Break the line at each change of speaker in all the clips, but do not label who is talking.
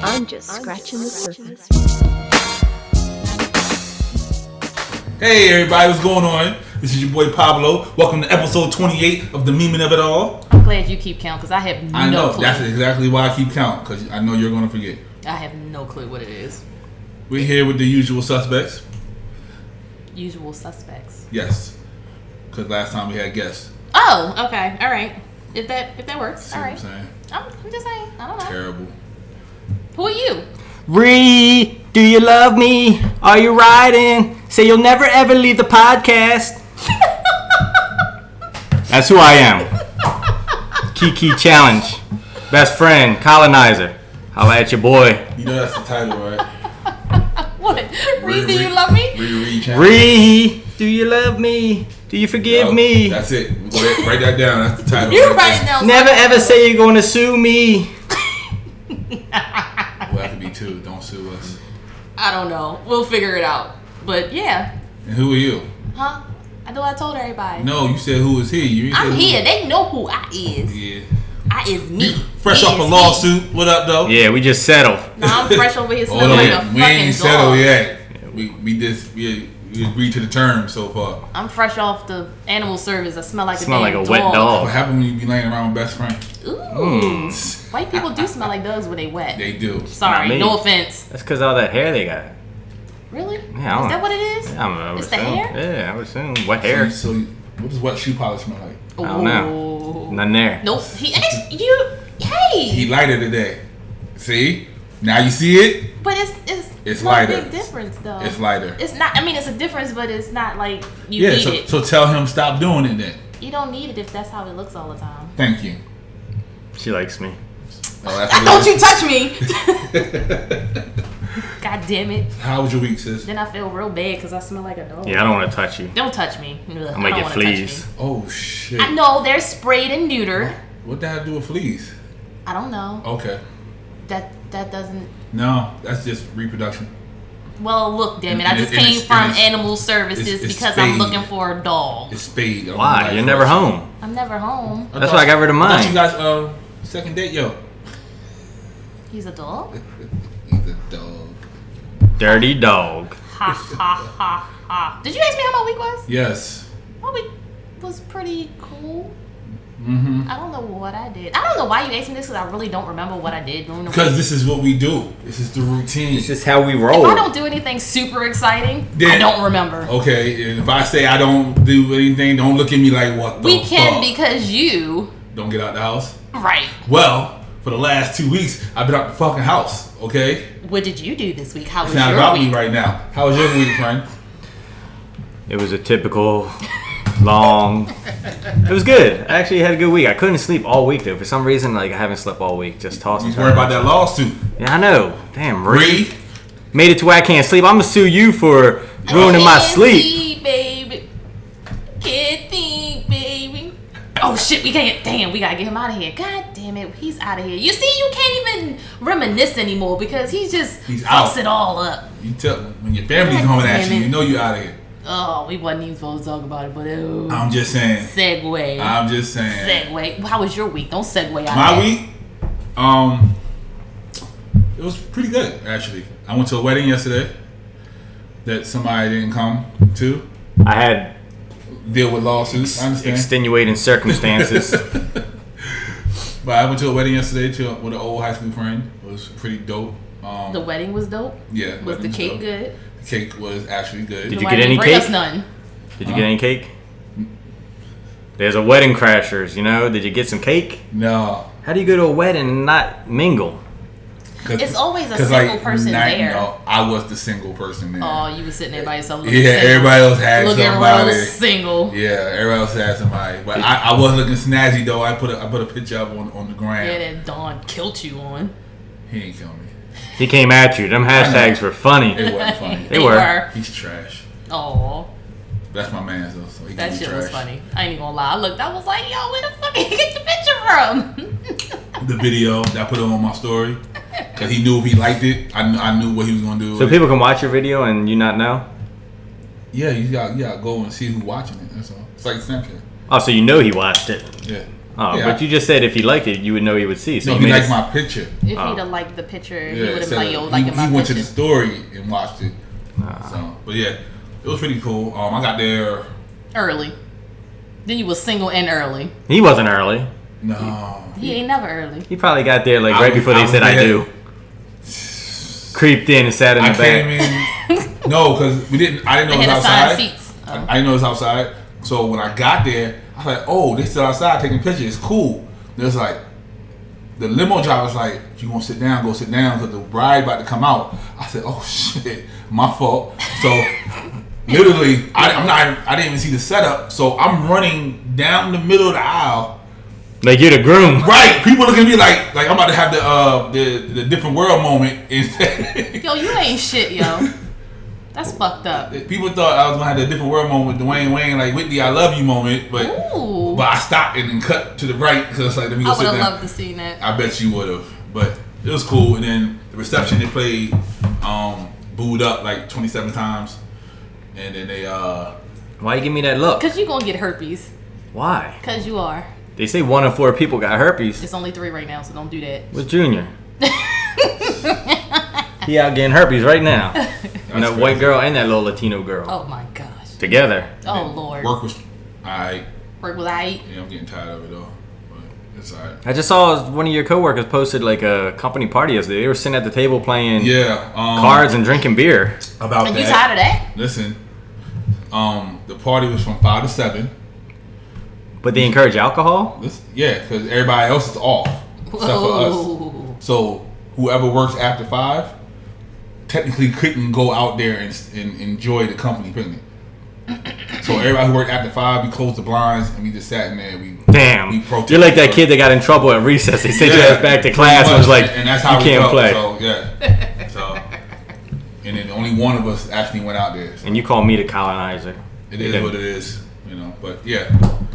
I'm just scratching the surface.
Hey everybody, what's going on? This is your boy Pablo. Welcome to episode 28 of the Memeing of It All.
I'm glad you keep count because I have no
I know
clue.
that's exactly why I keep count because I know you're going to forget.
I have no clue what it is.
We're here with the usual suspects.
Usual suspects.
Yes, because last time we had guests.
Oh, okay, all right. If that if that works,
See
all
what
right.
I'm saying?
I'm, I'm just saying. I don't know.
Terrible.
Who are you?
Ree, do you love me? Are you riding? Say you'll never ever leave the podcast. That's who I am. Kiki Challenge. Best friend, colonizer. Holla at your boy.
You know that's the title, right?
What? Reed, do you love me?
Ree, Ree,
Ree, do you love me? Do you forgive
Oh,
me?
That's it. Go ahead, write that down. That's the title.
You're
right
writing
there.
down.
Never ever say you're gonna sue me.
Well, that could be two. Don't sue us.
I don't know. We'll figure it out. But yeah,
And who are you?
huh? I know I told everybody.
No, you said who is here. You didn't say
I'm
who-
here. They know who I is.
Yeah.
I is me.
Fresh
He
off a
is me.
lawsuit. What up, though?
Yeah, we just settled.
No, I'm fresh over here
Hold
smelling
on,
like a fucking
we ain't
dog.
settled yet. We we just we, we agreed to the terms so far.
I'm fresh off the animal service. I smell like
Smell
a
like
damn
a wet
What
dog.
happened when you be laying around with best friend? Mm.
Ooh. White people do smell like dogs when they wet.
They do.
Not
Sorry,
me.
no offense.
That's cause all that hair they got.
Really?
Yeah, I
is
don't-
that what it is?
I don't know. I would
It's the
assume.
hair?
Yeah, I would assume. Wet
So,
hair.
so what does wet shoe polish smell like?
Oh,
don't know. Nothing there.
Nope. He asked you. Hey,
He lighter today. See? Now you see it.
but it's it's
It's
not a
lighter.
Big difference though.
It's lighter.
It's not. I mean, it's a difference, but it's not like you
yeah.
need
So,
it.
so tell him stop doing it then.
you don't need it if that's how it looks all the time.
Thank you.
She likes me.
Oh, that's what it
Don't
is.
you touch me! God damn it!
How was your week, sis?
Then I feel real bad because I smell like a dog.
Yeah, I don't want to touch you.
Don't touch me. Ugh, I
I'm
don't
gonna get
wanna touch me.
fleas.
Oh shit.
I know they're sprayed and neutered.
What the hell do with fleas?
I don't know.
Oh.
Okay.
That that doesn't
No, that's just reproduction.
Well, look, damn it! I
And-
just
and
came
it's-
from
and it's-
animal services
it's- it's
because I'm
spayed.
looking for a dog.
It's spade. I don't
Why?
like
You're never
fleas.
home.
I'm never home.
That's why I got rid of
thought
mine.
You guys, uh, second date, yo.
He's a dog.
He's a dog.
Dirty dog.
Ha ha ha ha! Did you ask me how my week was?
Yes.
My week was pretty cool.
Mm-hmm.
I don't know what I did. I don't know why you asked me this because I really don't remember what I did during the week.
Because this is what we do. This is the routine.
This is how we roll.
If I don't do anything super exciting, I
oh. Then- Oh,
don't remember.
okay, and if I say I don't do anything, don't look at me like what the
we can
fuck?
because you
Don't get out the house.
right.
Well, for the last two weeks, I've been out the fucking house. Okay,
What did you do this week? How was
it's not
your
about
week?
me right now. How was your week, friend?
It was a typical long. It was good. I actually had a good week. I couldn't sleep all week though. For some reason, like I haven't slept all week. Just tossing.
He's worried about that lawsuit.
Yeah, I know. Damn, Ree.
Bree,
Made it to where I can't sleep. I'm gonna sue you for ruining my
Can't
sleep.
baby. Can't think, baby. Oh shit, we can't. Damn, we gotta get him out of here. God damn it, he's out of here. You see, you can't even reminisce anymore because he just
He's
fucks
out.
it all up.
you tell when your family's
God
coming at
damn
you,
it.
you know you out of here.
Oh, we wasn't even supposed to talk about it, but oh.
I'm just saying.
segue.
I'm just saying.
segue. How was your week? Don't segue
Oh,
out.
My
of that.
week, um, it was pretty good actually. I went to a wedding yesterday that somebody didn't come to.
I had
Deal with lawsuits. I understand.
extenuating circumstances.
But I went to a wedding yesterday to with an old high school friend. It was pretty dope. Um,
The wedding was dope.
yeah,
Was the
wedding's
cake
dope.
good?
The cake was actually good.
Did you
Why
get
didn't
any
bring us
cake?
None.
Did you get any cake? There's a wedding crashers. You know? Did you get some cake?
no,
How do you go to a wedding and not mingle?
cause,
It's always a
'cause,
single person there.
No, I was the single person there.
Oh, you were sitting there by yourself. Looking
yeah,
single.
everybody else had
looking
somebody.
real single.
Yeah, everybody else had somebody, but I, I was looking snazzy though. I put a, I put a picture up on on the gram.
Yeah, that Dawn killed you on.
He ain't kill me.
He came at you. Them hashtags were funny.
It wasn't funny.
They were.
He's trash.
Oh,
That's my man though. So he
that
can be
shit
trash.
was funny. I ain't even gonna lie. I looked. I was like, yo, where the fuck did you get the picture from?
The video that I put it on my story because he knew if he liked it, I knew, I knew what he was gonna do. with
So
it.
people can watch your video and you not know?
Yeah, you got you got to go and see who's watching it. That's all. It's like Snapchat.
Oh, so you know he watched it.
Yeah.
Oh,
Yeah.
but you just said if he liked it, you would know he would see. So
No,
you
he
made
liked
it-
my picture.
If he'd have liked the picture, he
Oh. Yeah,
would have
so
been like, yo, like
he,
in my
he went to the
picture.
story and watched it. So, but yeah, it was pretty cool. Um, I got there.
early. Then you was single and early.
He wasn't early.
No,
He ain't never early.
He probably got there like
I
right
was-
before
I
they
was
said I
there.
do. Creeped in and sat in the
I came
back.
in. no, because we didn't. I didn't know
They
it was
had
outside.
assigned
Uh-huh.
seats. Uh-huh.
I, I didn't know it was outside. So when I got there, I was like, "Oh, they still outside taking pictures. Cool." There's like the limo driver was like, "You want to sit down? Go sit down because the bride about to come out." I said, "Oh shit, my fault." So literally, I, I'm not. I didn't even see the setup. So I'm running down the middle of the aisle.
Like you're the groom.
Right, people look at me like like I'm about to have the uh the, the different world moment. And
Yo, you ain't shit, yo. That's fucked up.
people thought I was gonna have the different world moment, Dwayne Wayne like Whitney, I love you moment, but
Ooh.
but I stopped and then cut to the right because like let me go
I
sit
would have
down.
loved to see that.
I bet you would have, but it was cool. And then the reception they played um booed up like 27 times, and then they uh
Why you give me that look?
Cause you gonna get herpes.
Why?
Cause you are.
They say one in four people got herpes.
It's only three right now, so don't do that.
Was Junior? he out getting herpes right now. and that
crazy.
white girl and that little Latino girl
Oh my gosh.
together.
Oh lord.
work was I
Work was I.
yeah I'm getting tired of it though, but it's alright.
I just saw one of your coworkers posted like a company party yesterday. They were sitting at the table playing
Yeah, um,
cards and drinking beer.
about
And
that.
you tired of that?
Listen, um, the party was from five to seven.
But they encourage alcohol.
This, yeah, because everybody else is off except for us.
Whoa.
So whoever works after five technically couldn't go out there and, and enjoy the company picnic. So everybody who worked after five, we closed the blinds and we just sat in there. We
Damn,
we protested.
you're like that kid that got in trouble at recess. They sent
Yeah,
your ass back to
pretty
class and
much,
was like,
and that's how
"You
we
can't
felt,
play."
So yeah, so and then only one of us actually went out there. So
And you call me the colonizer.
it is
Okay.
what it is, you know. But yeah,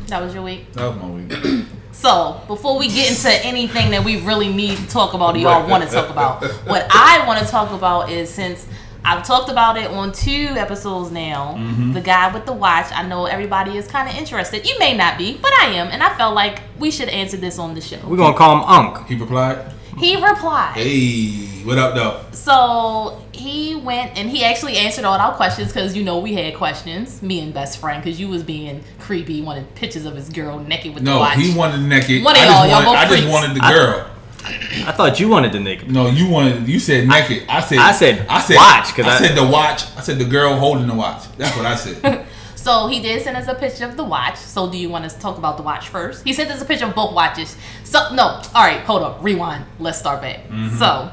That was your week.
that was my week.
So, before we get into anything that we really need to talk about, or y'all
Right.
want to talk about, what I want to talk about is since I've talked about it on two episodes now,
Mm-hmm.
the guy with the watch, I know everybody is kind of interested. You may not be, but I am, and I felt like we should answer this on the show.
We're gonna call him Unc.
He replied.
He replied.
Hey, what up, though?
So he went and he actually answered all our questions because you know we had questions, me and best friend, because you was being creepy, wanted pictures of his girl naked with the
No,
watch.
he wanted the naked.
One of
I,
y'all,
just
y'all
wanted,
both
I just
freaks.
wanted the
I-
girl.
I thought you wanted the nigga.
no, you wanted. You said naked. I, said.
I said
I said
watch, 'cause
I,
I-
said the watch. I said the girl holding the watch. That's what I said.
So he did send us a picture of the watch. So do you want us to talk about the watch first? He sent us a picture of both watches. So no, all right, hold up, rewind. Let's start back. So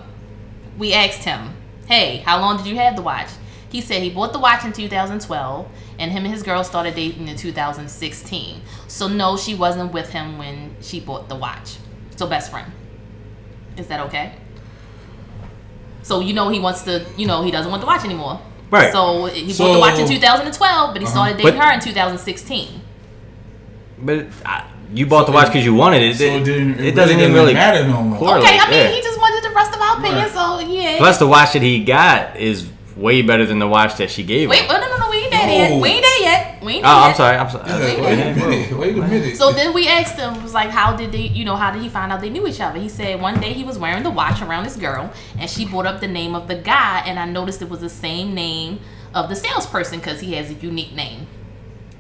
we asked him, "Hey, how long did you have the watch?" He said he bought the watch in 2012, and him and his girl started dating in 2016. So no, she wasn't with him when she bought the watch. So best friend, is that okay? So you know he wants to, you know he doesn't want the watch anymore.
Right.
So he bought the watch in
So-
2012, but he started
Uh-huh. But-
dating her in 2016.
But I, you bought the watch because you wanted it.
So it, didn't,
it doesn't even really
matter no more.
Quarter-
Okay, I mean,
yeah.
he just wanted the rest of our opinion, so yeah.
Plus, the watch that he got is way better than the watch that she gave
Wait,
him.
oh, no, no, no, we ain't there yet.
No.
We ain't there yet. We ain't
Oh,
there
I'm
yet.
sorry. I'm sorry.
Yeah, wait a minute. Wait a minute.
So then we asked him, was like, how did they, you know, how did he find out they knew each other? He said one day he was wearing the watch around this girl, and she brought up the name of the guy, and I noticed it was the same name of the salesperson because he has a unique name.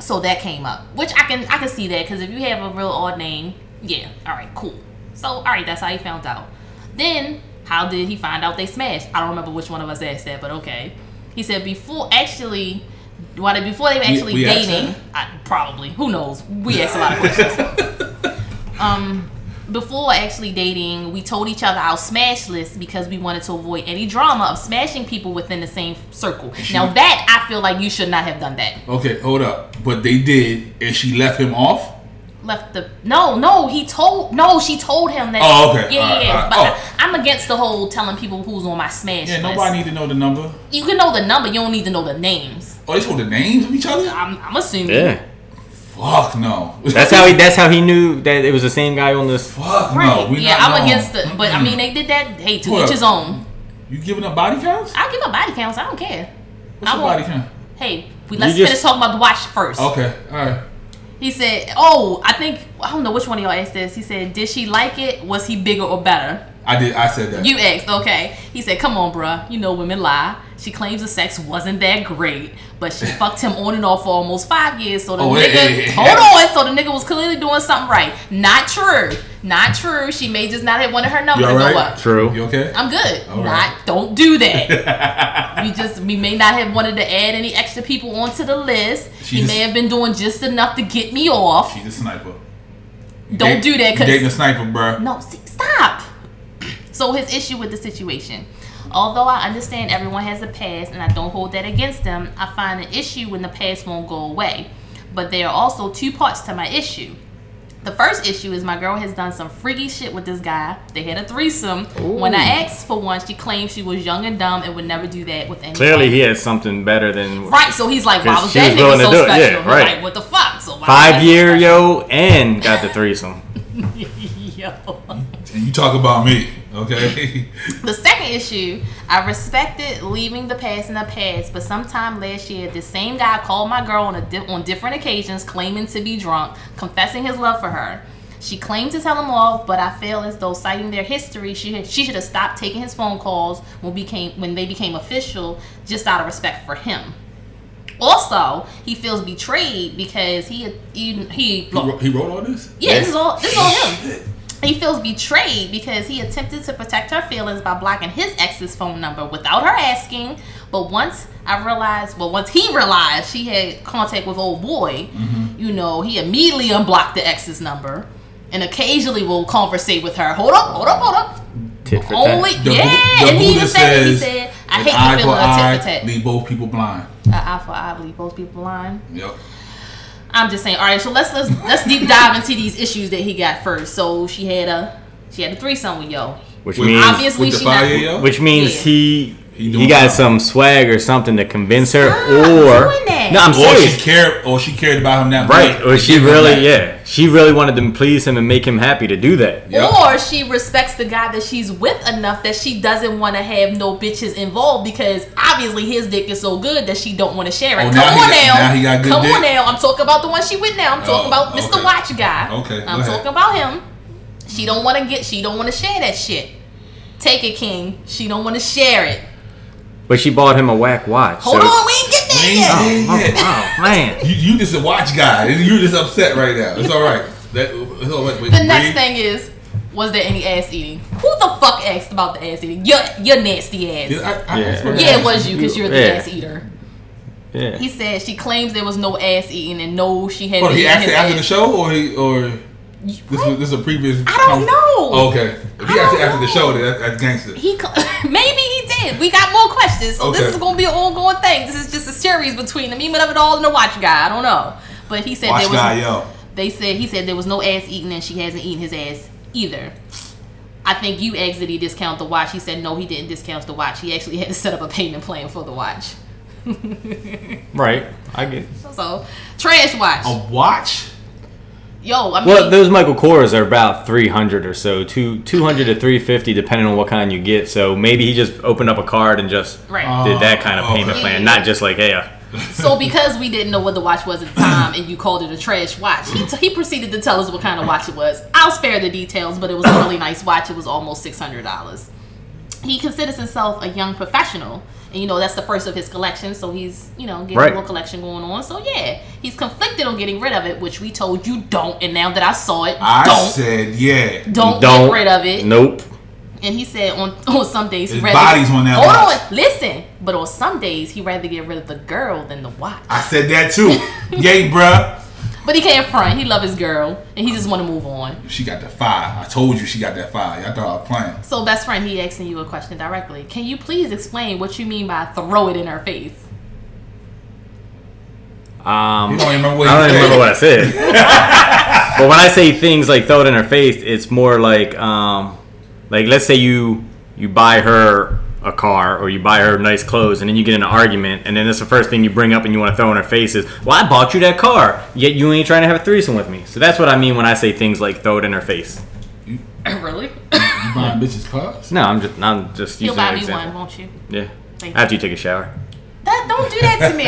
So that came up, which I can I can see that because if you have a real odd name, yeah, all right, cool. So all right, that's how he found out. Then how did he find out they smashed? I don't remember which one of us asked that, but okay. He said before actually, well, before they were actually
we asked
dating,
that?
I, probably who knows? We asked a lot of questions. um, before actually dating, we told each other our smash list because we wanted to avoid any drama of smashing people within the same circle. Now that I feel like you should not have done that.
okay, hold up. But they did, and she left him off.
left the no no he told no she told him that
Oh, okay.
yeah yeah,
Alright,
yeah.
alright.
but
Oh.
I, am against the whole telling people who's on my smash
Yeah,
list.
nobody need to know the number.
you can know the number you don't need to know the names
Oh, they told the names of each other.
I'm, I'm assuming
Yeah.
Fuck no.
That's how he. That's how he knew that it was the same guy on this.
Fuck
right
no. We
yeah
not
I'm
known.
against the but I
Mm-mm.
mean they did that hey to
Hold
each
up.
his own
you giving up body counts?
I'll give up body counts I don't care
What's
I
your
won't-
body count?
hey we let's
just-
finish talking about the watch first
Okay, all right.
He said, "Oh, I think I don't know which one of y'all asked this." He said, "Did she like it? Was he bigger or better?"
I did. I said that.
You asked, okay. He said, Come on, bruh. You know women lie. She claims the sex wasn't that great, but she fucked him on and off for almost five years. So the
Oh, hey,
nigga,
hey, hey.
hold on. So the nigga was clearly doing something right. Not true. Not true. She may just not have wanted her number
You
to
alright?
go up.
True.
You okay?
I'm good.
All
not,
right.
don't do that. we just, we may not have wanted to add any extra people onto the list.
She
he
just-
may have been doing just enough to get me off.
She's a sniper.
Don't do that,
you
'cause-
dating a sniper, bruh.
No, see, stop. So his issue with the situation. Although I understand everyone has a past and I don't hold that against them, I find an issue when the past won't go away. But there are also two parts to my issue. The first issue is my girl has done some freaky shit with this guy. They had a threesome. When I asked for one, she claimed she was young and dumb and would never do that with anyone.
Clearly, he had something better than
Right, so he's like, why
'Cause
was
she
that
was
nigga
willing to
so
do it,
special?
yeah,
He's
right.
Like, what the fuck? So why was that
five
so
year
special?
yo and got the threesome.
yo.
And you talk about me, okay?
The second issue, I respected leaving the past in the past, but sometime last year, the same guy called my girl on a di- on different occasions, claiming to be drunk, confessing his love for her. She claimed to tell him off, but I feel as though, citing their history, she had, she should have stopped taking his phone calls when became when they became official, just out of respect for him. Also, he feels betrayed because he had- he, he
he, wrote, he wrote all this.
yeah, this is
Yes.
all this is all him. He feels betrayed because he attempted to protect her feelings by blocking his ex's phone number without her asking. But once I realized, well, once he realized she had contact with old boy, you know, he immediately unblocked the ex's number and occasionally will conversate with her. Hold up, hold up, hold up.
Tit for tat.
Only,
Bu-
yeah, and he even
Buddha
said, he
says,
said, I
"An
hate the feeling of tit for tat.
leave both people blind.
An eye for eye, leave both people blind.
Yep.
I'm just saying. All right, so let's let's let's deep dive into these issues that he got first. So she had a she had a threesome with yo.
Which
With-
means
Obviously,
With the
she not-
fire, yo?
Which means
Yeah.
he
He
he,
doing
got
something.
some swag or something to convince her,
Stop
or
doing that.
no, I'm
or
serious.
she cared, or she cared about him that
right,
much
or
to
she
give him
really,
that.
yeah, she really wanted to please him and make him happy to do that.
Yep.
Or she respects the guy that she's with enough that she doesn't want to have no bitches involved because obviously his dick is so good that she don't want to share it.
Oh,
Come
now he
on
got-
now.
now he got good
Come on
dick?
now. I'm talking about the one she with now. I'm talking
Oh,
about Mr.
okay.
Watch guy.
Okay, go
I'm
ahead.
talking about him. She don't want to get. She don't want to share that shit. Take it, King. She don't want to share it.
But she bought him a whack watch.
Hold
so
on, we ain't get there
We ain't
yet.
there
Oh,
yet.
oh, man,
You, you just a watch guy. You just upset right now. It's all right. That, it's all right. Wait,
The next
breathe.
thing is, was there any ass eating? Who the fuck asked about the ass eating? Your your nasty ass.
Yeah,
Yeah,
I, I
Yeah.
that's what I
it
asked.
was you because you're the
Yeah.
ass eater.
yeah.
He said she claims there was no ass eating and no she had.
What, Oh, he
eaten
asked it
his
after the
ass.
show, or he, or this was
What?
this is a previous? I
don't know.
Okay, if
I
he asked it
don't
after the
know.
show, then that, that's gangster.
He cl- maybe he did. We got more questions, so
Okay.
this is gonna be an ongoing thing. This is just a series between the meme of it all and the watch guy. I don't know, but he said
Watch
there was
guy, yo.
They said he said there was no ass eaten and she hasn't eaten his ass either. I think you asked did he discount the watch. He said no, he didn't discount the watch. He actually had to set up a payment plan for the watch.
right. I get.
So trash watch.
A watch?
Yo, I mean,
Well, those Michael Kors are about three hundred or so, two two hundred to three fifty, depending on what kind you get. So maybe he just opened up a card and just
right.
did that kind of
Oh,
payment
okay.
plan, not just like hey, uh,
so because we didn't know what the watch was at the time, and you called it a trash watch, he, he proceeded to tell us what kind of watch it was. I'll spare the details, but it was a really nice watch. It was almost six hundred dollars. He considers himself a young professional, and you know that's the first of his collection. So he's you know getting
Right.
a little collection going on. So yeah, he's conflicted on getting rid of it, which we told you don't. And now that I saw it,
I
don't.
said yeah.
don't
don't
get rid of it.
Nope.
And he said on on some days he
His
rather
body's on that
hold
watch.
on listen, but on some days he rather get rid of the girl than the watch.
I said that too. Yay, bruh.
But he can't front. He love his girl, and he just want to move on.
She got the fire. I told you she got that fire. Y'all thought I was playing.
So, best friend, he asking you a question directly. Can you please explain what you mean by throw it in her face?
Um,
You don't even remember what
I
you
don't even
said.
remember what I said. but when I say things like throw it in her face, it's more like, um, like let's say you you buy her a car or you buy her nice clothes, and then you get in an argument, and then that's the first thing you bring up and you want to throw in her face is, "Well, I bought you that car, yet you ain't trying to have a threesome with me." So that's what I mean when I say things like throw it in her face.
really?
You buying bitches cars?
No, I'm just I'm just
You'll
using that
buy me
example.
one, won't you?
Yeah.
Thank you.
After you take a shower.
That don't do that to me.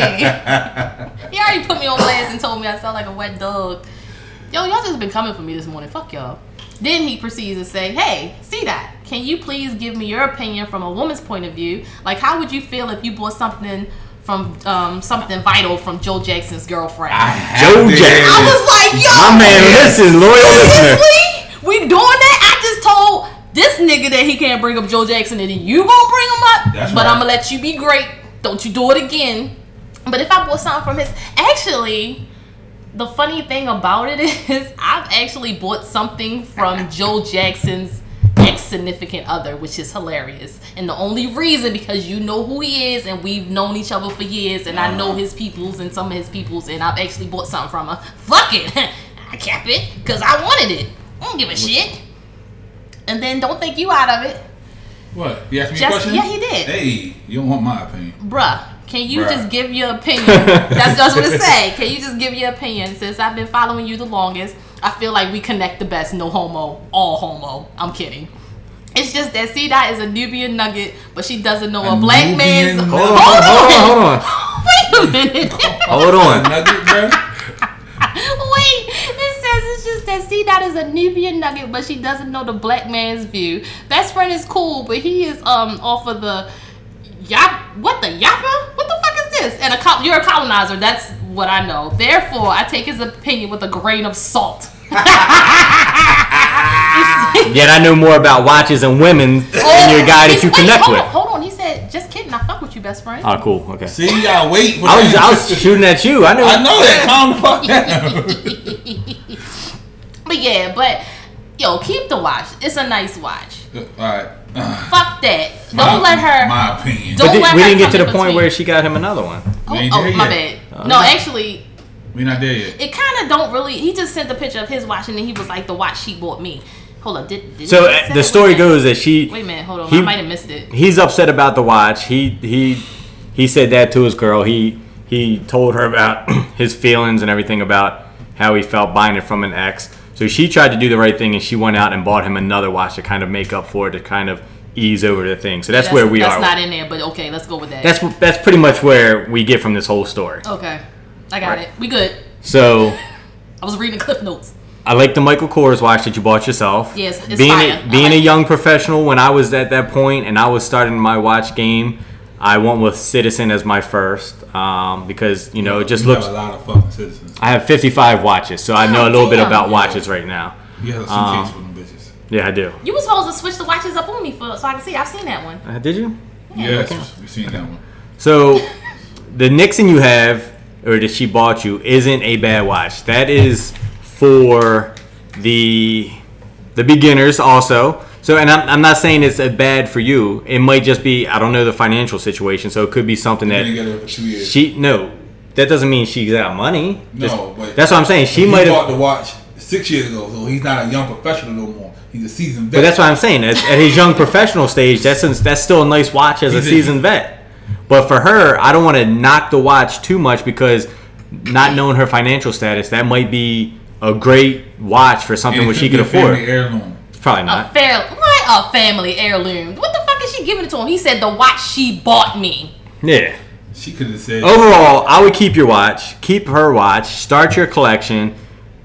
he already put me on blast and told me I sound like a wet dog. Yo, y'all just been coming for me this morning. Fuck y'all. Then he proceeds to say, "Hey, see that? Can you please give me your opinion from a woman's point of view? Like, how would you feel if you bought something from um, something vital from Joe Jackson's girlfriend?"
I
I,
have
Joe
to
Jack-
hear this.
was like, "Yo,
My man, listen, loyal listener.
Seriously? We doing that? I just told this nigga that he can't bring up Joe Jackson, and then you gonna bring him up.
That's
but
right.
I'm gonna let you be great. Don't you do it again. But if I bought something from his, actually, the funny thing about it is I've actually bought something from Joe Jackson's ex significant other, which is hilarious. And the only reason because you know who he is, and we've known each other for years, and I know his peoples and some of his peoples, and I've actually bought something from her. Fuck it, I kept it because I wanted it. I don't give a shit. And then don't think you out of it,
What? He asked me
Just-
a question?
yeah, he did.
Hey, you don't want my opinion.
bruh. Can you
Bruh.
just give your opinion? That's that's what it say. Can you just give your opinion? Since I've been following you the longest, I feel like we connect the best. No homo, all homo. I'm kidding. It's just that C dot is a Nubian nugget, but she doesn't know a,
A
black
Nubian
man's.
nugget?
Hold on, hold on, hold
Wait a minute.
on, hold
A
on.
nugget, bro?
Wait, it says it's just that C Dot is a Nubian nugget, but she doesn't know the black man's view. Best friend is cool, but he is um off of the yap. What the yapper? What the fuck is this? And a col- you're a colonizer. That's what I know. Therefore, I take his opinion with a grain of salt.
Yet I know more about watches and women than your guy that
he's-
you
wait,
connect
hold
with.
On, hold on, he said, just kidding. I fuck with you, best friend.
Oh, cool. Okay.
See, you gotta wait. for
I was,
that.
I was shooting at you. I knew.
I know that. Calm the fuck down.
but yeah, but yo, keep the watch. It's a nice watch.
Alright. Uh,
Fuck that. Don't
my-
let her.
My opinion.
Don't
But
let
did, we
her
didn't get to the
come in
point
between.
where she got him another one.
Oh,
We ain't
oh,
there
my
yet.
bad. No, actually,
We not there yet.
it kind of don't really. He just sent the picture of his watch, and then he was like, "The watch she bought me." Hold up, did, did
So
he
uh,
send
the
it?
story
Wait a minute.
goes that she
Wait a minute, hold on,
he-
I might have missed it.
he's upset about the watch. He he he said that to his girl. He he told her about his feelings and everything about how he felt buying it from an ex. So she tried to do the right thing and she went out and bought him another watch to kind of make up for it to kind of ease over the thing. So that's, where we
that's
are.
That's not in there, but okay, let's go with that.
that's wh- that's pretty much where we get from this whole story.
okay, I got
Right.
it. We good.
So
I was reading the cliff notes.
I like the Michael Kors watch that you bought yourself.
Yes, it's
being
fire.
A,
I
being
like
a
it.
young professional, when I was at that point and I was starting my watch game, I went with Citizen as my first um, because you know it just
You
looks.
have a lot of fucking citizens.
I have 55 watches, so I know a little bit
Damn.
about watches right now.
You have a
Um,
suitcase with them bitches.
Yeah, I do.
You were supposed to switch the watches up on me for so I can see. I've seen that one.
Uh, did you?
Yes, we seen that one.
So the Nixon you have, or that she bought you, isn't a bad watch. That is for the the beginners also. So, and I'm, I'm not saying it's a bad for you. It might just be I don't know the financial situation. So it could be something
Been
that
together for two years.
she no. That doesn't mean she got money.
No,
Just-
but-
that's what I'm saying. She
he
might
bought
have.
the watch six years ago, so he's not a young professional no more. He's a seasoned vet.
But that's what I'm saying. At, at his young professional stage, that's that's still a nice watch as a
He's in-
seasoned vet. But for her, I don't want to knock the watch too much because not knowing her financial status, that might be a great watch for something
And it
where she
be
could
a family
afford.
heirloom.
Probably
A
not.
fair, what a family heirloom. What the fuck is she giving it to him? He said the watch she bought me.
Yeah.
She could have said,
Oh, Overall, I would keep your watch, keep her watch, start your collection.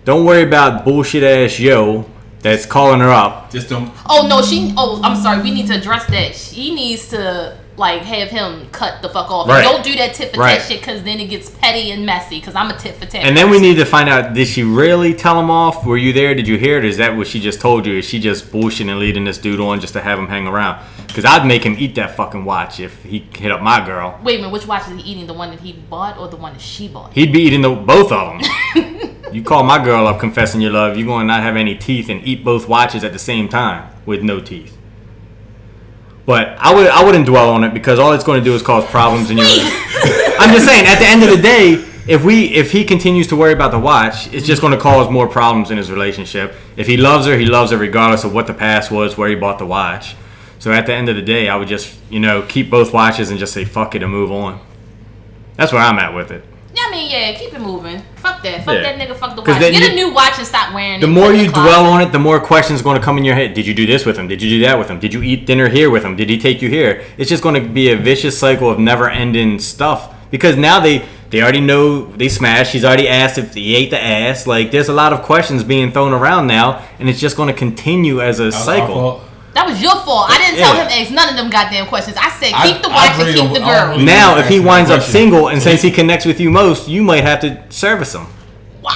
Don't worry about bullshit ass yo that's calling her up.
just don't.
Oh no, she. Oh, I'm sorry. We need to address that. She needs to like have him cut the fuck off.
Right.
Don't do that tit for
Right.
tat shit because then it gets petty and messy. Because I'm a tit for tat.
And then we need to find out: Did she really tell him off? Were you there? Did you hear it? Is that what she just told you? Is she just bullshitting and leading this dude on just to have him hang around? Because I'd make him eat that fucking watch if he hit up my girl.
Wait a minute. Which watch is he eating? The one that he bought or the one that she bought?
He'd be eating the both of them. you call my girl up confessing your love, you're going to not have any teeth and eat both watches at the same time with no teeth. But I would I wouldn't dwell on it because all it's going to do is cause problems in your. I'm just saying. At the end of the day, if we if he continues to worry about the watch, it's just going to cause more problems in his relationship. If he loves her, he loves her regardless of what the past was, where he bought the watch. So at the end of the day, I would just you know keep both watches and just say fuck it and move on. That's where I'm at with it.
Yeah, I mean, yeah, keep it moving. Fuck that. Fuck
Yeah.
that nigga. Fuck the
'Cause
watch.
then
Get a
you-
new watch and stop wearing it.
The more
Put in
you
the closet.
dwell on it, the more questions going to come in your head. Did you do this with him? Did you do that with him? Did you eat dinner here with him? Did he take you here? It's just going to be a vicious cycle of never-ending stuff because now they they already know they smashed. He's already asked if he ate the ass. Like there's a lot of questions being thrown around now, and it's just going to continue as a
That was our
cycle.
fault.
That was your fault. I didn't tell
Yeah.
him eggs. None of them goddamn questions. I said
I-
keep the
I
watch and
agree
keep
on-
the
I
girl.
agree.
Now, if he
Asking
winds up
questions.
single, and since he connects with you most, you might have to service him.
Wow.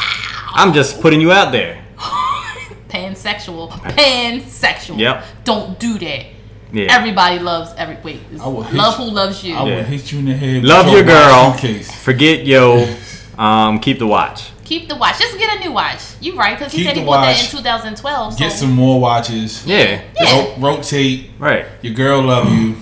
I'm just putting you out there.
Pansexual. Pansexual.
Yep.
Don't do that.
Yeah.
Everybody loves every wait. it's
I will hit
Love
you.
who loves you.
I
Yeah.
would hit you in the head. with
Love your girl.
suitcase.
Forget yo. Um, keep the watch.
Keep the watch. Just get a new watch. You right? Because he
Keep
said he
the
bought that
watch.
in 2012. So
Get some more watches.
Yeah.
Ro- rotate.
Right.
Your girl love you.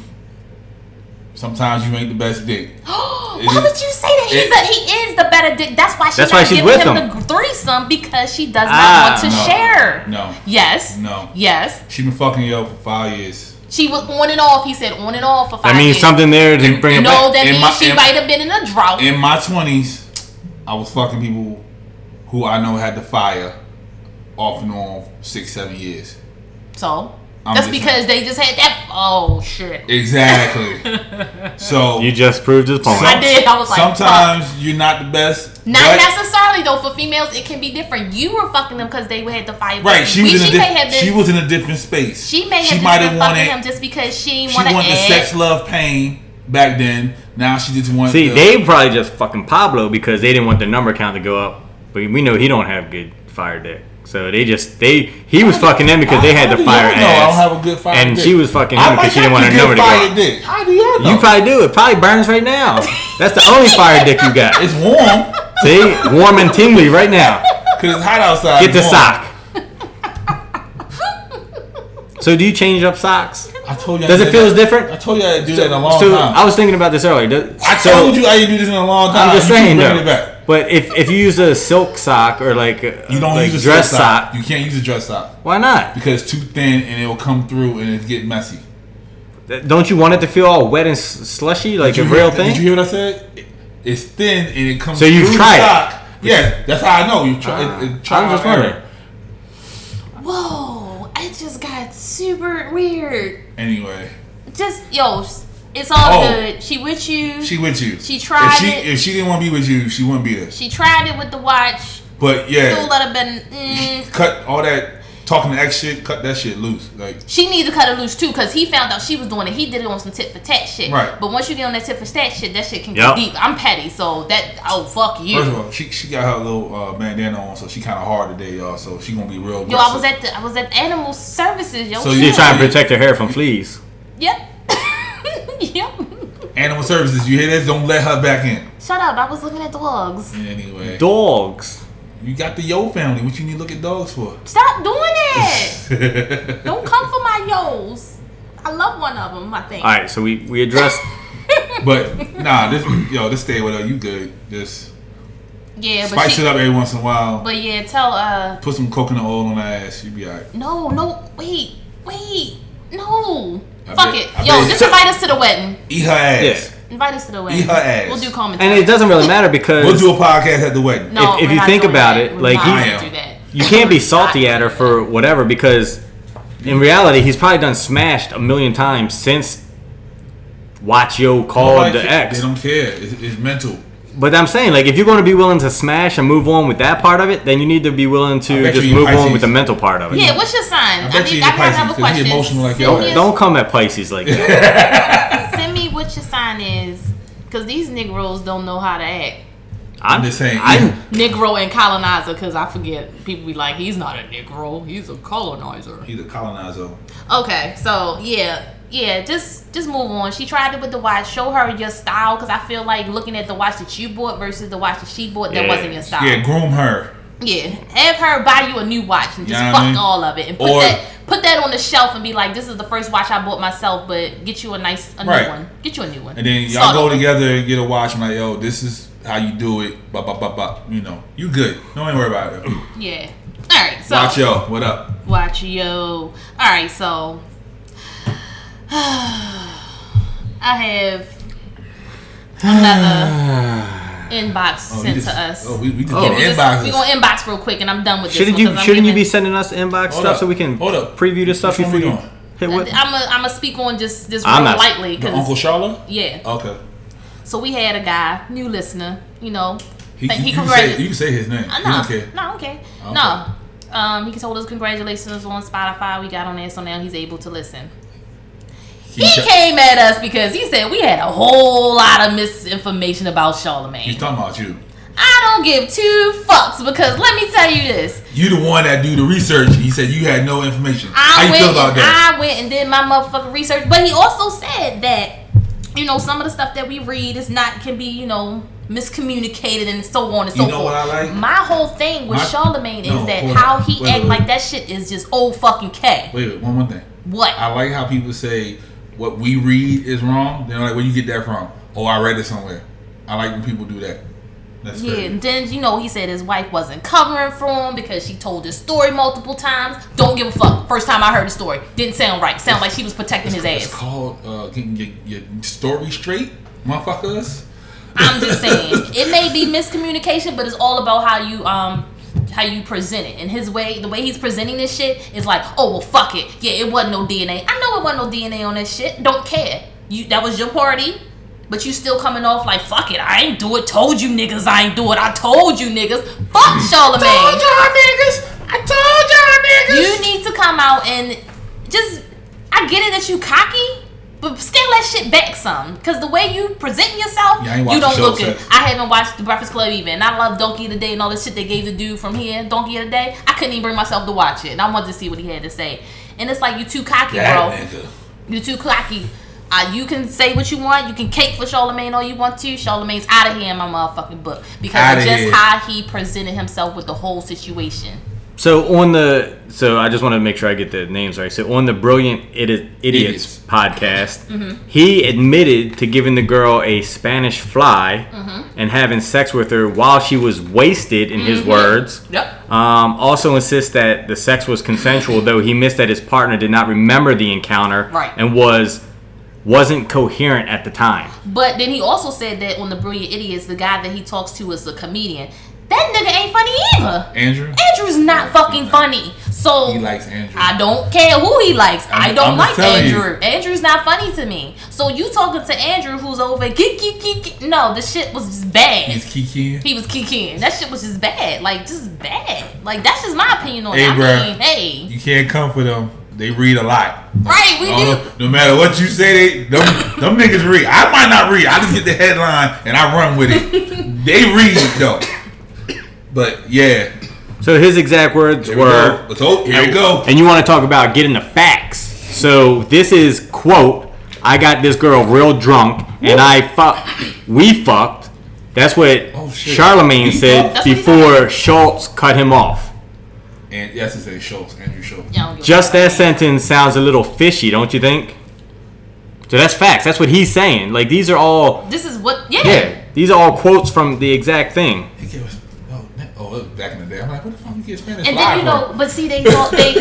Sometimes you ain't the best dick.
Why would you say that? He's
It-
a, he is the better dick. That's why she's
That's
not
why she's
giving
with
him,
him.
the threesome because she does not
Ah,
want to
no.
share.
No.
Yes.
No.
Yes.
She been fucking you up for five years.
She was on and off. He said on and off for five
That means
years.
something there to
And-
bring it
and
back.
No, that
In
means
my-
she
in-
might have been in a drought.
In my twenties, I was fucking people who I know had the fire off and on six, seven years.
so
I'm
that's
just-
because they just had that. Oh shit.
Exactly. so
You just proved his point.
I did. I was like,
sometimes you're not the best.
Not
but-
necessarily though. For females, it can be different. You were fucking them because they had to fight.
Right, she was, in a
she may have
diff-
been.
she was in a different space.
She may have
She
just
might
been
have
fucking
wanted-
him just because she
She
didn't want to
wanted the
add.
sex, love, pain back then. Now she just wants.
See,
the,
they probably just fucking Pablo because they didn't want their number count to go up. But we know he don't have good fire dick, so they just they he was fucking them because they had
How
the
do
fire
y'all
ass.
know I don't have a good fire
and
dick?
she was fucking
I
him
might
because she didn't
have
want her
a
number
good
to go
fire
up.
dick. How do y'all know?
You probably do. It probably burns right now. That's the only fire dick you got.
it's warm
See, warm and tingly right now.
because it's hot outside.
Get the
It's warm.
sock. So do you change up socks?
I told you. I
Does it
did
feel
that.
different?
I told you I did do that in a long
so
time.
I was thinking about this earlier. Does-
I
so-
told you I didn't do this in a long time.
I'm just
You keep
saying
bringing
though.
it back.
But if if you use a silk sock or like a,
You don't
like
use a
dress
dress
sock,
sock. You can't use a dress sock
why not?
because it's too thin and it'll come through and it get messy.
Th- Don't you want it to feel all wet and s- slushy like
Did
a
you hear-
real thing?
Did you hear what I said? It- It's thin and it comes.
So you've
through the
tried it?
sock. Yeah, that's how I know you try. it, it, trial
I'm just
and error.
wondering.
Whoa! It just got super weird.
Anyway,
Just yo, it's all
Oh.
good. She with you.
she with you.
She tried
If she,
it.
if she didn't want to be with you, she wouldn't be there.
She tried it with the watch.
But
Still
yeah,
let her been. Mm.
cut all that talking to X shit. Cut that shit loose. Like
She needs to cut it loose too, cause he found out she was doing it. He did it on some tit for tat shit.
Right.
But once you get on that tit for tat shit, that shit can
Yep.
get deep. I'm petty, so that oh fuck you.
first of all, she she got her little uh, bandana on, so she kind of hard today, y'all. So she gonna be real.
Yo, I was
aggressive.
at the I was at animal services, yo.
So
Shit.
So you're
Yeah.
trying to protect her hair from fleas.
Yep. yep.
Animal Services. You hear this? Don't let her back in.
Shut up. I was looking at dogs.
Anyway,
Dogs.
you got the yo family. What you need to look at dogs for?
Stop doing that. Don't come for my yo's. I love one of them, I think.
All right, so we we addressed.
But nah, this yo, this stay with her. You good? Just
Yeah, but
spice
she,
it up every once in a while.
But yeah, tell uh
Put some coconut oil on her ass. You be alright.
no, no, wait, wait, no.
I
Fuck
bet-
it.
I
Yo,
bet-
just invite us to the wedding.
Eat her ass.
Yeah.
Invite us to the wedding.
her ass.
We'll do comment.
And it doesn't really matter because
We'll do a podcast at the wedding.
no,
if- if
we're
you
not
think
doing
about
that.
it,
We're
like,
not
he-
gonna do that.
you can't be salty at her for whatever because in reality he's probably done smashed a million times since Watch Yo called
Nobody
the
ca-
ex.
They don't care. It's, it's mental.
But I'm saying, like, if you're going to be willing to smash and move on with that part of it, then you need to be willing
I
to
bet
just
you
move on
Pisces.
with the mental part of it.
Yeah, what's your sign?
I
I,
bet
think
you
I
he's a
might have a
Pisces, 'cause he
question.
emotional like your
Don't,
ass.
Send,
don't come at Pisces like that.
me- send me what your sign is, because these Negroes don't know how to act.
I'm
just saying,
I'm,
Negro and colonizer, because I forget people be like, he's not a Negro, he's a colonizer.
He's a colonizer.
Okay, so yeah, yeah, just just move on. She tried it with the watch. Show her your style, because I feel like looking at the watch that you bought versus the watch that she bought, that
Yeah.
wasn't your style.
Yeah, groom her.
Yeah, have her buy you a new watch and just
Yeah, I
fuck
mean-
all of it and put
Or-
that put that on the shelf and be like, this is the first watch I bought myself, but get you a nice a
Right.
new one. Get you a new one.
And then y'all
Start
go
over.
together and get a watch. I'm like, yo, this is how you do it. Ba ba ba ba. You know, you good. Don't even worry about it.
Yeah. All right. So
Watch yo. What up?
Watch yo. All right. So I have another inbox
Oh, we
sent
just,
to us.
Oh, we, we just
Oh.
get
We just-
inboxes.
We're gonna inbox real quick, and I'm done with this.
Shouldn't
one
you
'cause I'm
shouldn't you
giving-
be sending us inbox
Hold
stuff
up.
so we can
Hold up.
preview this stuff
Which
when
one
we
we doing?
Hey, what?
I'm gonna I'm speak on just this real
I'm not-
lightly
The Uncle
because
Charlotte?
yeah.
Okay.
So we had a guy, new listener, you know.
He,
But
he,
he
you, can say,
corrected-
you can say his name.
Uh,
He
no,
don't care. Oh,
no, okay,
Okay.
no. Um, he told us congratulations on Spotify. We got on there, so now he's able to listen.
He,
He
ca-
came at us because he said we had a whole lot of misinformation about Charlemagne.
He's talking about you.
I don't give two fucks because let me tell you this.
You the one that do the research. He said you had no information. How
I
you
went
feel about
and
that?
I went and did my motherfucking research. But he also said that, you know, some of the stuff that we read is not can be, you know, miscommunicated and so on and so
You know
forth.
what I like?
My whole thing with
My-
Charlemagne
No,
is that
hold
how
on.
he
Wait,
act
wait,
like
wait.
that shit is just old fucking K.
Wait, wait, one more thing.
What?
I like how people say what we read is wrong. They're like, where you get that from? Oh, I read it somewhere. I like when people do that. That's
Yeah,
yeah.
and then you know he said his wife wasn't covering for him because she told his story multiple times. Don't give a fuck. First time I heard the story, didn't sound right. Sound like she was protecting his
It's
ass.
called uh, getting your, your story straight, motherfuckers.
I'm just saying it may be miscommunication, but it's all about how you um how you present it. And his way, the way he's presenting this shit is like, oh well, fuck it. Yeah, it wasn't no DNA. I know it wasn't no DNA on that shit. Don't care. You that was your party. But you still coming off like fuck it. I ain't do it. Told you niggas I ain't do it. I told you niggas. Fuck Charlemagne.
y'all niggas. I told y'all
You need to come out and just. I get it that you cocky, but scale that shit back some. Cause the way you present yourself,
Yeah, I ain't
you
watched
don't
the show
look it.
since.
I haven't watched The Breakfast Club even. And I love Donkey today and all this shit they gave the dude from here, Donkey today. I couldn't even bring myself to watch it, and I wanted to see what he had to say. And it's like you too cocky, bro.
that nigga.
You too cocky. Uh, you can say what you want. You can cake for Charlemagne all you want to. Charlemagne's out of here in my motherfucking book because
Outta
of just
here.
how he presented himself with the whole situation.
So on the so I just want to make sure I get the names right. So on the Brilliant Idi- Idiots,
Idiots.
podcast,
Mm-hmm.
he admitted to giving the girl a Spanish fly
Mm-hmm.
and having sex with her while she was wasted, in his
Mm-hmm.
words.
Yep.
Um, also insists that the sex was consensual, though he missed that his partner did not remember the encounter
Right.
and was wasn't coherent at the time.
But then he also said that on the Brilliant Idiots, the guy that he talks to is a comedian. That nigga ain't funny either.
Andrew.
Andrew's not fucking funny. So
He likes Andrew.
I don't care who he likes. I'm, I
I'm-
do not
I'm
like
telling you.
Andrew. Andrew's not funny to me. So you talking to Andrew who's over geek geek geek. geek. No, the shit was just bad.
He's Kiki.
he was kicking. That shit was just bad. Like just bad. Like that's just my opinion on
Hey,
it. I
bruh.
mean, hey.
You can't come for them. They read a lot.
Right,
Uh-huh.
we
I
do.
don't know, no matter what you say, they them, them niggas read. I might not read. I just get the headline and I run with it. they read though. But yeah,
So his exact words
here we
were.
go. Let's hope. Here we go.
And you want to talk about getting the facts. So this is quote, I got this girl real drunk and I fuck we fucked. That's what
Oh, shit.
Charlemagne
He
said
fucked?
That's what he
before Schultz cut him off.
And yes, it says Schultz, Andrew Schultz.
Yeah, I don't give a
Just
fuck.
that sentence sounds a little fishy, don't you think? So that's facts. That's what he's saying. Like these are all
This is what
yeah, these are all quotes from the exact thing.
They gave us- oh, that- oh, it was back in the day. I'm like, what the fuck you get Spanish
And
fly
then you
from?
know, but see, they talk, they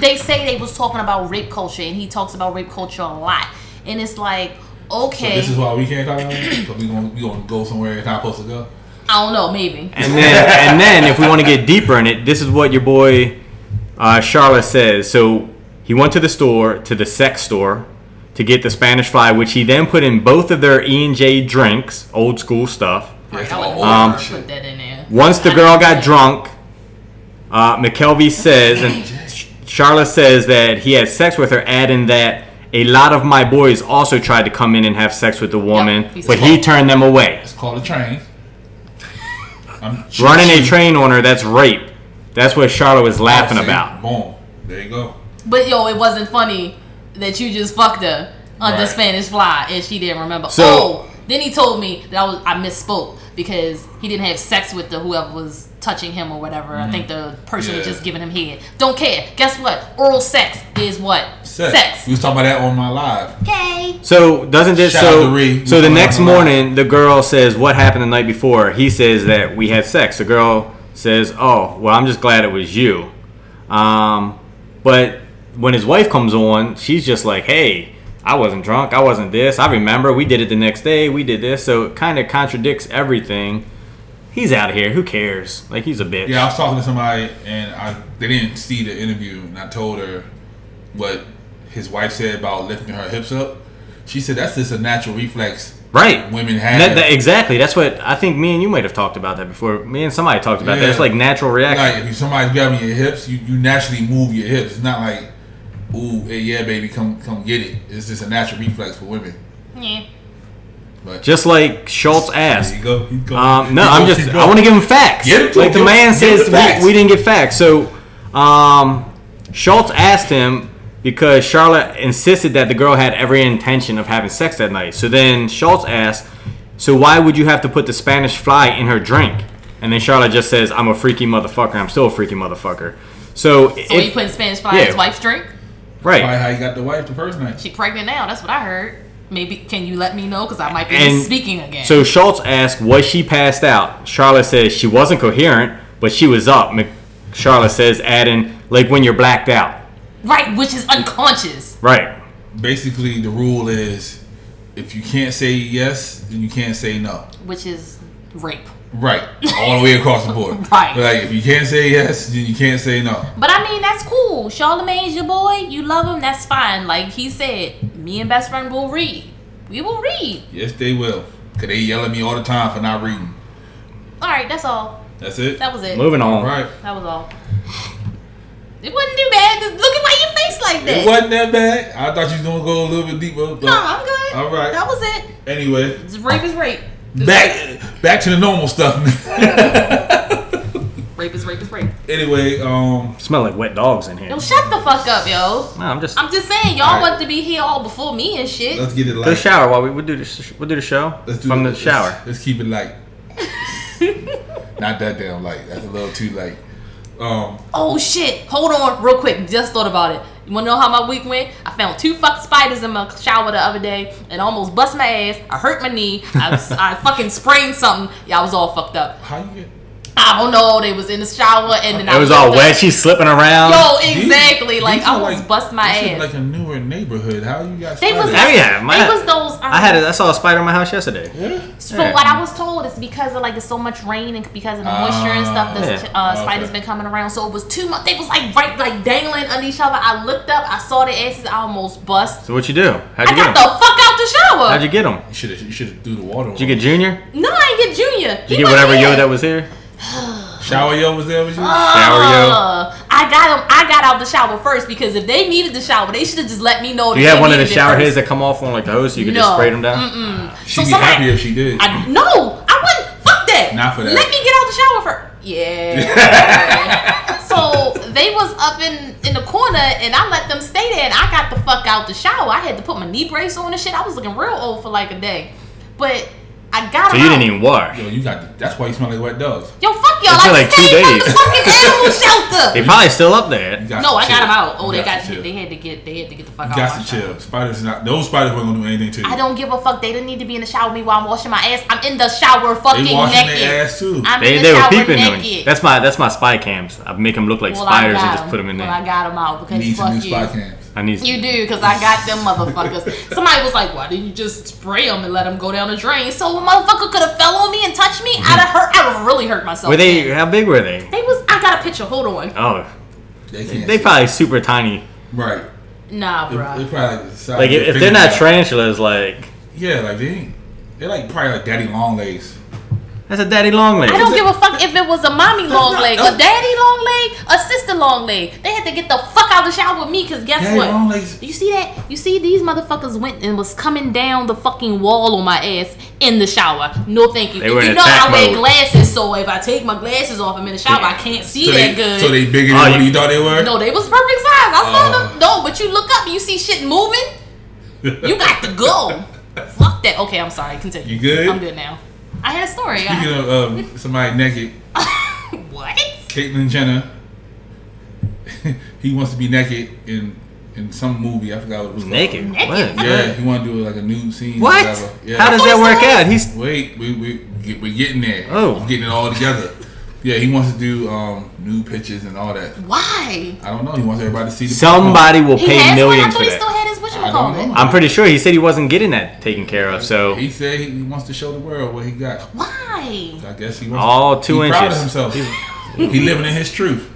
they say they was talking about rape culture, and he talks about rape culture a lot, and it's like, okay,
This is why we can't talk about it. But we gonna we gonna go somewhere it's not supposed to go.
I don't know, maybe.
And then, and then, if we want to get deeper in it, this is what your boy uh, Charlotte says. So he went to the store, to the sex store, to get the Spanish fly, which he then put in both of their E and J drinks, old school stuff.
Yeah, it's
I
all
would
old
Um,
never
shit.
put that in there.
Once the girl got drunk, uh, McKelvey says, and Charlotte says that he had sex with her, adding that a lot of my boys also tried to come in and have sex with the woman,
he's
but he
cool.
turned them away.
It's called a train. I'm
Running a train on her, that's rape. That's what Charlotte was laughing
See?
about.
Boom. There you go.
But yo, it wasn't funny that you just fucked her on the
Right.
Spanish fly, and she didn't remember.
So-
oh, then he told me that I was I misspoke because he didn't have sex with the whoever was touching him or whatever. I think
Mm-hmm.
the person was
Yeah.
just giving him head. Don't care. Guess what? Oral sex is what
Sex. We was talking about that on my live.
Okay.
So doesn't this
Shout out
so
to Ree.
so
We
the
going
next
on a lot.
morning the girl says what happened the night before? He says that we had sex. The girl says, "Oh, well, I'm just glad it was you." Um, but when his wife comes on, she's just like, "Hey, I wasn't drunk. I wasn't this. I remember we did it the next day. We did this." So it kind of contradicts everything. he's out of here. Who cares? Like he's a bitch.
Yeah, I was talking to somebody and I they didn't see the interview and I told her what his wife said about lifting her hips up. She said that's just a natural reflex
Right.
women
And
have.
that- that- exactly. That's what I think. Me and you might have talked about that before. Me and somebody talked about that.
Yeah.
It's like natural reaction.
Like if somebody's grabbing your hips, you, you naturally move your hips. It's not like, ooh, hey, yeah, baby, come come get it. It's just a natural reflex for women.
Yeah.
But
Just like Schultz asked.
there you go. You go.
Um, no,
You
I'm
go,
just.
you go.
I want to give him facts.
Give it to
like
him.
the
Give-
man
give him
says,
the facts.
we, we didn't get facts. So, um, Schultz asked him because Charlotte insisted that the girl had every intention of having sex that night. So then Schultz asked, "So why would you have to put the Spanish fly in her drink?" And then Charlotte just says, "I'm a freaky motherfucker. I'm still a freaky motherfucker." So,
So
if-
he put Spanish fly
yeah.
in his wife's drink.
right.
Probably how you got the wife the first night.
She pregnant now. That's what I heard. Maybe can you let me know because I might be
And
speaking again.
So Schultz asked, "Was she passed out?" Charlotte says she wasn't coherent, but she was up. Mc- Charlotte says, adding, "Like when you're blacked out."
right, which is unconscious.
Right.
Basically, the rule is if you can't say yes, then you can't say no.
Which is rape.
Right, all the way across the board.
Right.
But, like if you can't say yes, then you can't say no.
But I mean, that's cool. Charlemagne's your boy. You love him. That's fine. Like he said, me and best friend will read. We will read.
Yes, they will. Cause they yell at me all the time for not reading.
All right, that's all.
That's it.
That was it.
Moving on.
Right.
That was all. It wasn't too bad. Just look at why your face like that.
It wasn't that bad. I thought you was gonna go a little bit deeper. But
No, I'm good.
All right.
That was it.
anyway,
It's Rape is rape.
back back to the normal stuff.
Rape is rape is rape.
anyway, um,
Smell like wet dogs in here.
Yo, shut the fuck up, yo.
No, I'm just.
I'm just saying, y'all all wanted to be here all before me and shit.
let's get it
Go
light.
shower while we we'll do the sh- we'll do the show
Let's
from the
let's-
shower.
Let's keep it light. Not that damn light. That's a little too light. Um,
Oh shit! Hold on, real quick. Just thought about it. You wanna know how my week went? I found two fuck spiders in my shower the other day, and almost bust my ass. I hurt my knee. I, I fucking sprained something. Y'all was all fucked up.
how you get?
I don't know. They was in the shower, and then I
It was all
looked
wet.
up.
She's slipping around.
Yo,
These-
exactly. like
these
I
are
almost bust my
this is
ass.
Like a newer neighborhood. How you got?
They was-
started?
Oh yeah, my,
It was those. Um,
I had a, I saw a spider in my house yesterday.
Yeah.
From what I was told, it's because of like it's so much rain and because of the moisture and stuff. The
Yeah.
uh,
Okay.
spiders been coming around, so it was too much. They was like right, like dangling under each other. I looked up, I saw the asses, I almost bust.
So what you do? How'd
I
you
got
get
the
him?
fuck out the shower.
How'd you get him?
You should have. You should have threw the water.
Did you get Junior?
no, I didn't get Junior.
Did you get whatever yo that was here?
shower yo was there with you?
Uh,
Shower yo.
I got him. I got out the shower first because if they needed the shower, they should have just let me know.
Do
that
you
they
have one of the
needed it
shower
first.
heads that come off on like the hose so you can just
No.
spray them down?
She'd
so
be
somebody-
happy if she did.
I, no, I wouldn't. Fuck that.
Not for that.
Let me get out the shower first. Yeah. so they was up in in the corner, and I let them stay there, and I got the fuck out the shower. I had to put my knee brace on and shit. I was looking real old for like a day, but I got.
So
them
you
out.
didn't even wash.
Yo, you got. The, that's why you smell like wet dogs.
Yo, fuck y'all!
It's
I
been
like
like two
came from the
days.
fucking animal shelter.
They probably still up
You
there.
got
no,
to
I got
chill.
them out. Oh,
You
they got.
to chill.
They had to get. They had to get the fuck
You
out.
got
my
to
shower.
chill. Spiders not. Those spiders weren't gonna do anything to you.
I don't give a fuck. They didn't need to be in the shower with me while I'm washing my ass. I'm in the shower, fucking
They washing
naked.
their ass too.
I'm
They,
in the
they were
shower
peeping
naked.
on you. That's my that's my spy cams. I make them look like
Well, I
spiders
got
and just put them in there.
Well, I got them out
you
because
need
fuck
some new
you.
spy cams.
I need.
You do because I got them motherfuckers. Somebody was like, "Why didn't you just spray them and let them go down the drain?" So a motherfucker could have fell on me and touched me. I'd have hurt. I'd have really hurt myself.
Were they? How big were they?
They was. I got a picture. Hold on.
Oh,
They can't.
they
see.
probably super tiny.
right.
Nah,
They,
bro.
they probably like, the size
Like
of
if,
your
if they're not
fingernail.
tarantulas, like
Yeah, like they ain't. They're like probably like daddy long legs.
that's a daddy long leg.
I don't give a fuck if it was a mommy long
not-
leg, a
that's-
daddy long leg, a sister long leg. They had to get the fuck out of the shower with me because guess
Daddy
what?
long legs.
You see that? You see these motherfuckers went and was coming down the fucking wall on my ass in the shower. No thank you.
They were
you
in
know
attack
I wear
mode.
glasses, so if I take my glasses off, I'm in the shower. I can't see
So
that
they,
good.
so they bigger than
Oh,
what
you-
you thought they were.
no, they was perfect size. I saw
Oh.
them. No, but you look up and you see shit moving. You got to go. fuck that. Okay, I'm sorry. Continue.
You good?
I'm good now. I had a story.
Speaking
I-
of um, somebody naked,
what?
Caitlyn Jenner. he wants to be naked in in some movie. I forgot what it was. called.
naked.
Naked.
What?
Yeah, he want to do like a nude scene. or
What?
whatever. Yeah.
How does that work out? He's
Wait, we we get- we're getting there.
Oh.
we're getting it all together. yeah, he wants to do um new pictures and all that.
Why?
I don't know. He wants everybody to see the
somebody will
He
pay
has one. I
millions
thought
for
he still
that.
had his
I
witch
don't I
you
don't
called
know.
it.
I'm pretty sure he said he wasn't getting that taken care of. So
He said he wants to show the world what he got.
Why?
I guess he wants.
All two
he
inches.
Proud of himself. he living in his truth.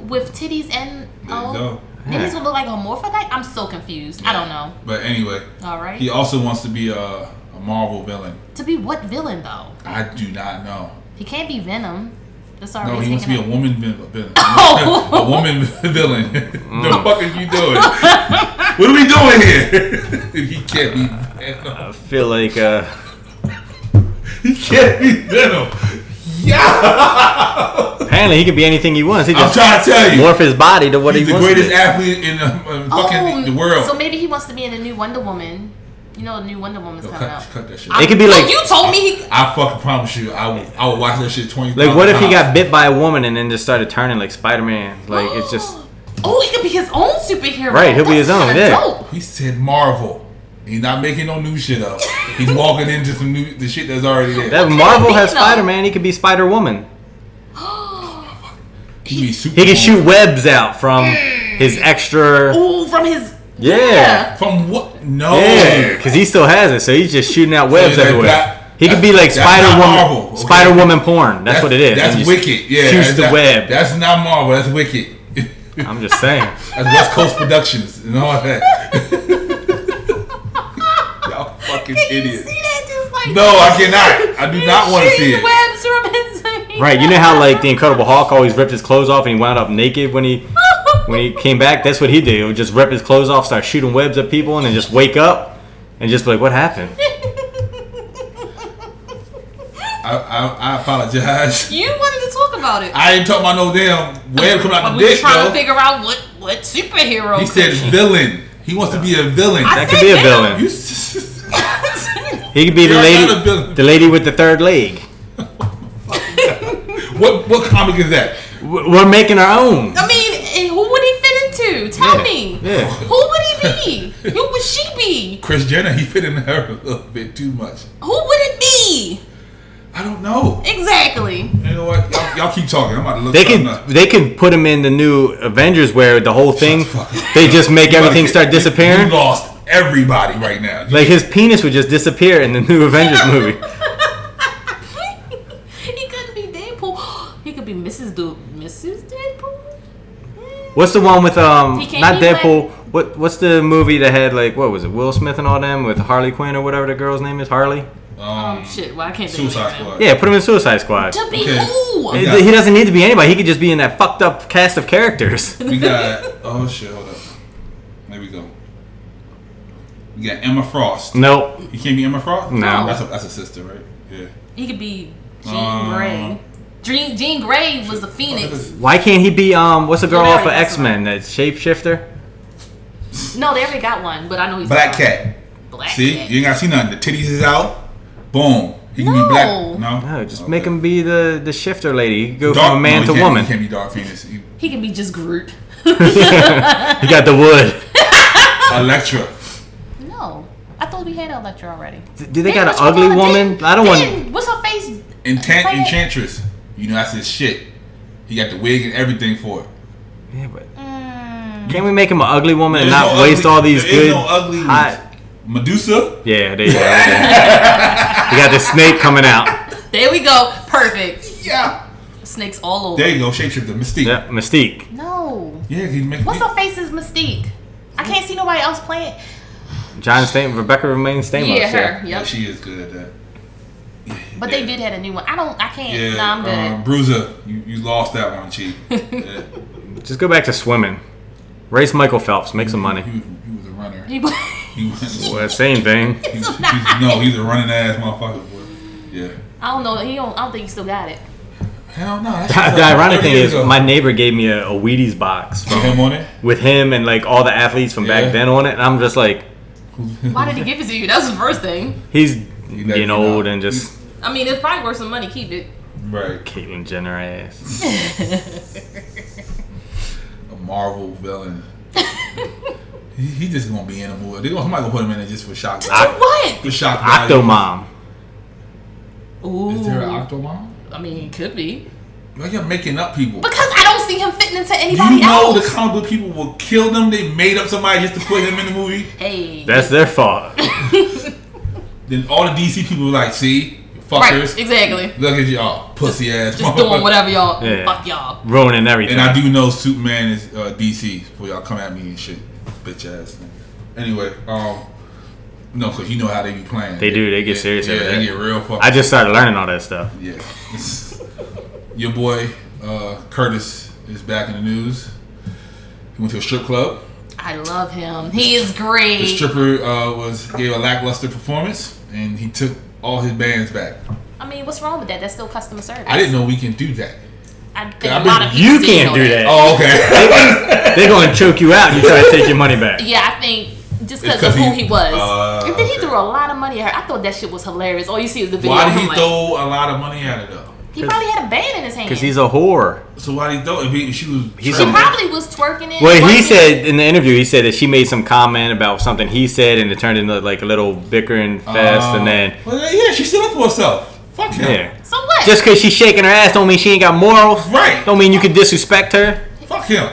With titties and oh,
go.
then he's gonna look like a morphodite. I'm so confused. I don't know.
But anyway,
All right.
he also wants to be a, a Marvel villain.
To be what villain though?
I do not know.
He can't be Venom. That's already.
No, he wants to be
taken
a
out.
woman vi- villain. a woman villain.
Mm.
the fuck are you doing? what are we doing here? he can't be Venom.
I feel like uh,
He can't be Venom.
apparently he could be anything he wants. He
I'm
just
trying to tell you.
morph his body to what
He's
he
the
wants. to
greatest
be.
athlete in the in fucking the world.
Oh, So maybe he wants to be in the new Wonder Woman. You know, the new Wonder Woman's
Yo,
coming
cut,
out.
cut that shit.
It could be
No,
like-
you told me. He,
I fucking promise you, I will, I will watch that shit 20
Like, what if he
Uh-huh.
got bit by a woman and then just started turning like Spider Man? Like, it's just
Oh, he could be his own superhero.
Right, he'll be
That's
his own,
kinda
yeah.
Dope.
He said Marvel. He's not making no new shit up. He's walking into some new the shit that's already there.
that.
could
Marvel
he
has
be, though?
Spider Man. He could be Spider Woman.
he be super
He can shoot webs out from his extra.
Ooh, from his.
Yeah.
from what? No.
Yeah, because he still has it, so he's just shooting out webs
that-
everywhere.
that-
he could be like
that's not
Spider Woman,
Marvel, okay?
Spider Woman porn. That's, what it is.
That's
And just
wicked. Yeah.
shoots
that's
the
not-
web.
That's not Marvel. That's wicked.
I'm just saying.
That's West Coast Productions and all that. Y'all fucking idiots.
See that? Just like
No, I cannot. I do not want to see
shooting
it.
Webs from his.
Right, you know how like the Incredible Hulk always ripped his clothes off and he wound up naked when he when he came back. That's what he did. He would just rip his clothes off, start shooting webs at people, and then just wake up and just be like, "What happened?"
I, I, I apologize.
you wanted to talk about it.
I ain't talking about no damn web coming out
but
the
we were
dick,
trying
though.
to figure out what what superhero.
He said villain. He wants to be a villain.
I
That could be a
Say
villain.
You s-
He could be the
You're not a
lady,
villain.
the lady with the third leg.
what what comic is that?
W- We're making our own.
I mean, and who would he fit into? Tell
Yeah,
me.
yeah.
Who would he be? Who would she be?
Chris Jenner. He fit in her a little bit too much.
Who would it be?
I don't know.
Exactly.
You know what? Y'all, y'all keep talking. I'm about to look.
They
something
can
up.
they can put him in the new Avengers where the whole thing
the fuck up.
they just make
You
everything
about to
start
get-
disappearing.
You lost everybody right now.
Like his penis would just disappear in the new Avengers movie.
he couldn't be Deadpool. He could be Mrs. Du- Mrs. Deadpool.
What's the one with um
He can't
not
be
Deadpool? What what's the movie that had like what was it Will Smith and all them with Harley Quinn or whatever the girl's name is Harley?
um,
Oh, Shit, well I can't think of
Suicide
it now.
Squad.
Yeah, put him in Suicide Squad.
To be
Okay.
who?
He
got it.
he doesn't need to be anybody. He could just be in that fucked up cast of characters.
We got. Oh shit! Hold up. There we go. We got Emma Frost.
nope.
You can't be Emma Frost.
No.
That's a, that's a sister, right? Yeah.
He could be Jean
Um,
Grey. Jean, Jean Grey
oh,
was the Phoenix.
Why can't he be um what's the girl
Well,
off of
that's
X Men that shapeshifter?
No, they already got one, but I know he's
Black Cat.
Black
See,
Cat.
you ain't gotta see nothing. The titties is out. Boom. He can be
No.
black. No.
No, just
Okay.
make him be the the shifter lady. He could go
Dark-
from a man
no, he
to
can't-
woman.
He can't be Dark Phoenix. He-
He could be just Groot.
He got the wood.
Oh.
Electra.
No. I thought we had Electra already.
D- Do they got an ugly woman? I don't want.
What's her face?
Intent
Hey.
Enchantress. You know that's his shit. He got the wig and everything for it.
Yeah, but can't we make him an ugly woman and
There's
not
no
waste
ugly-
all these
there is
good
no ugly ones.
hot-
Medusa.
Yeah, there you go. you got the snake coming out.
There we go. Perfect.
Yeah.
Snakes all over.
There you go. Shapeshifter. Mystique.
Yeah, Mystique.
no.
Yeah. He make.
What's
he-
her face is Mystique. I can't see nobody else playing.
John Stamos, Rebecca remains Stamos.
yeah, her.
Yeah,
Yep.
she is good uh, at that.
But they did had a new one. I don't. I can't.
Yeah,
Nah, I'm good.
um, Bruiser, you, you lost that one, Chief. Yeah.
Just go back to swimming. Race Michael Phelps, make some money.
He was, he was a runner.
He-
He was,
Well, same thing.
he- he's- no, he's a running ass motherfucker. Boy. Yeah.
I don't know. He don't. I don't think he still got it.
Hell no. that's just
the
like
ironic
30
thing
years
is,
ago.
my neighbor gave me a, a Wheaties box
Put him on it.
with him and like all the athletes from
Yeah.
back then on it, and I'm just like,
Why did he give it to you? That's the first thing.
he's
let
getting
you
old
know.
and just
I mean, it's probably worth some money. Keep it.
Right.
Caitlyn Jenner ass.
A Marvel villain. he, he just gonna be in a movie. They gonna somebody gonna put him in it just for shock value.
What?
For shock value.
Octomom.
Ooh.
Is there an Octomom?
I mean, he could be.
Like you're making up people.
Because I don't see him fitting listening to
Do
anybody
you know the
else.
comic book people will kill them? They made up somebody just to put him in the movie.
hey,
That's their fault.
Then all the DC people were like, see, you
right,
fuckers.
exactly.
Look at y'all, pussy ass.
Just
motherfucker."
doing whatever y'all.
Yeah.
Fuck y'all.
Ruining everything.
And I do know Superman is uh, DC. Before y'all come at me and shit, bitch ass. nigga. Anyway, um, no, cause you know how they be playing.
They do, they get
Yeah,
serious
Yeah,
every
they
day.
get real fucking.
I just started learning all that stuff.
Yeah. It's- Your boy uh, Curtis is back in the news. He went to a strip club.
I love him. He is
The
great.
stripper uh, was gave a lackluster performance, and he took all his bands back.
I mean, what's wrong with that? That's still customer service.
I didn't know we can do that.
I think
I
a lot
mean,
of people
You
didn't
can't
know
do that.
Oh, okay.
They're going to choke you out and you try to take your money back.
Yeah, I think
It's
just because of
'cause
who
he-
he, was.
Uh,
and then he
okay.
threw a lot of money at her. I thought that shit was hilarious. All you see is the video.
why
of
did
him,
he
like,
throw a lot of money at it though?
He probably had a band in his hand.
Because he's a whore.
So why did he throw? If he, she was,
He's
He
a-
probably was twerking it.
Well, he
twerking.
said in the interview, he said that she made some comment about something he said, and it turned into like a little bickering fest, and
Oh.
then
Uh, Well, yeah, she stood up for herself. Fuck him.
yeah.
So what?
Just because she's shaking her ass don't mean she ain't got morals.
Right.
Don't mean you could disrespect her.
Fuck him.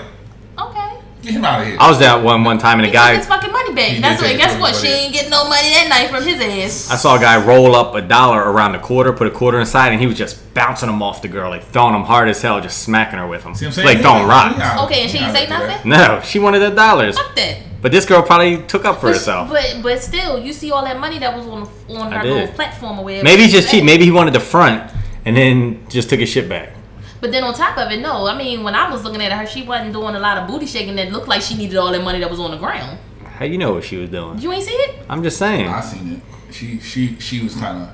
okay.
Get him out of here.
I was at one one time and
He
a
took
guy.
his fucking money
He
back.
did
That's
take his
what. Guess
fucking
what?
money
She
back.
ain't getting no money that night from his ass.
I saw a guy roll up a dollar around the quarter, put a quarter inside, and he was just bouncing them off the girl, like throwing them hard as hell, just smacking her with them.
See what I'm saying?
Like throwing rocks.
Okay, and she
Yeah,
ain't
I
say
do that.
nothing?
No, she wanted the dollars,
Fuck that.
but this girl probably took up for
But-
herself.
But but still, you see all that money that was on on
I
her
did.
little platform or whatever.
Maybe
she
he's just
was
cheap.
at.
Maybe he wanted the front, and then just took his shit back.
But then on top of it, no. I mean, when I was looking at her, she wasn't doing a lot of booty shaking that looked like she needed all that money that was on the ground.
How you know what she was doing?
You ain't see it?
I'm just saying.
I seen it. She she she was kind of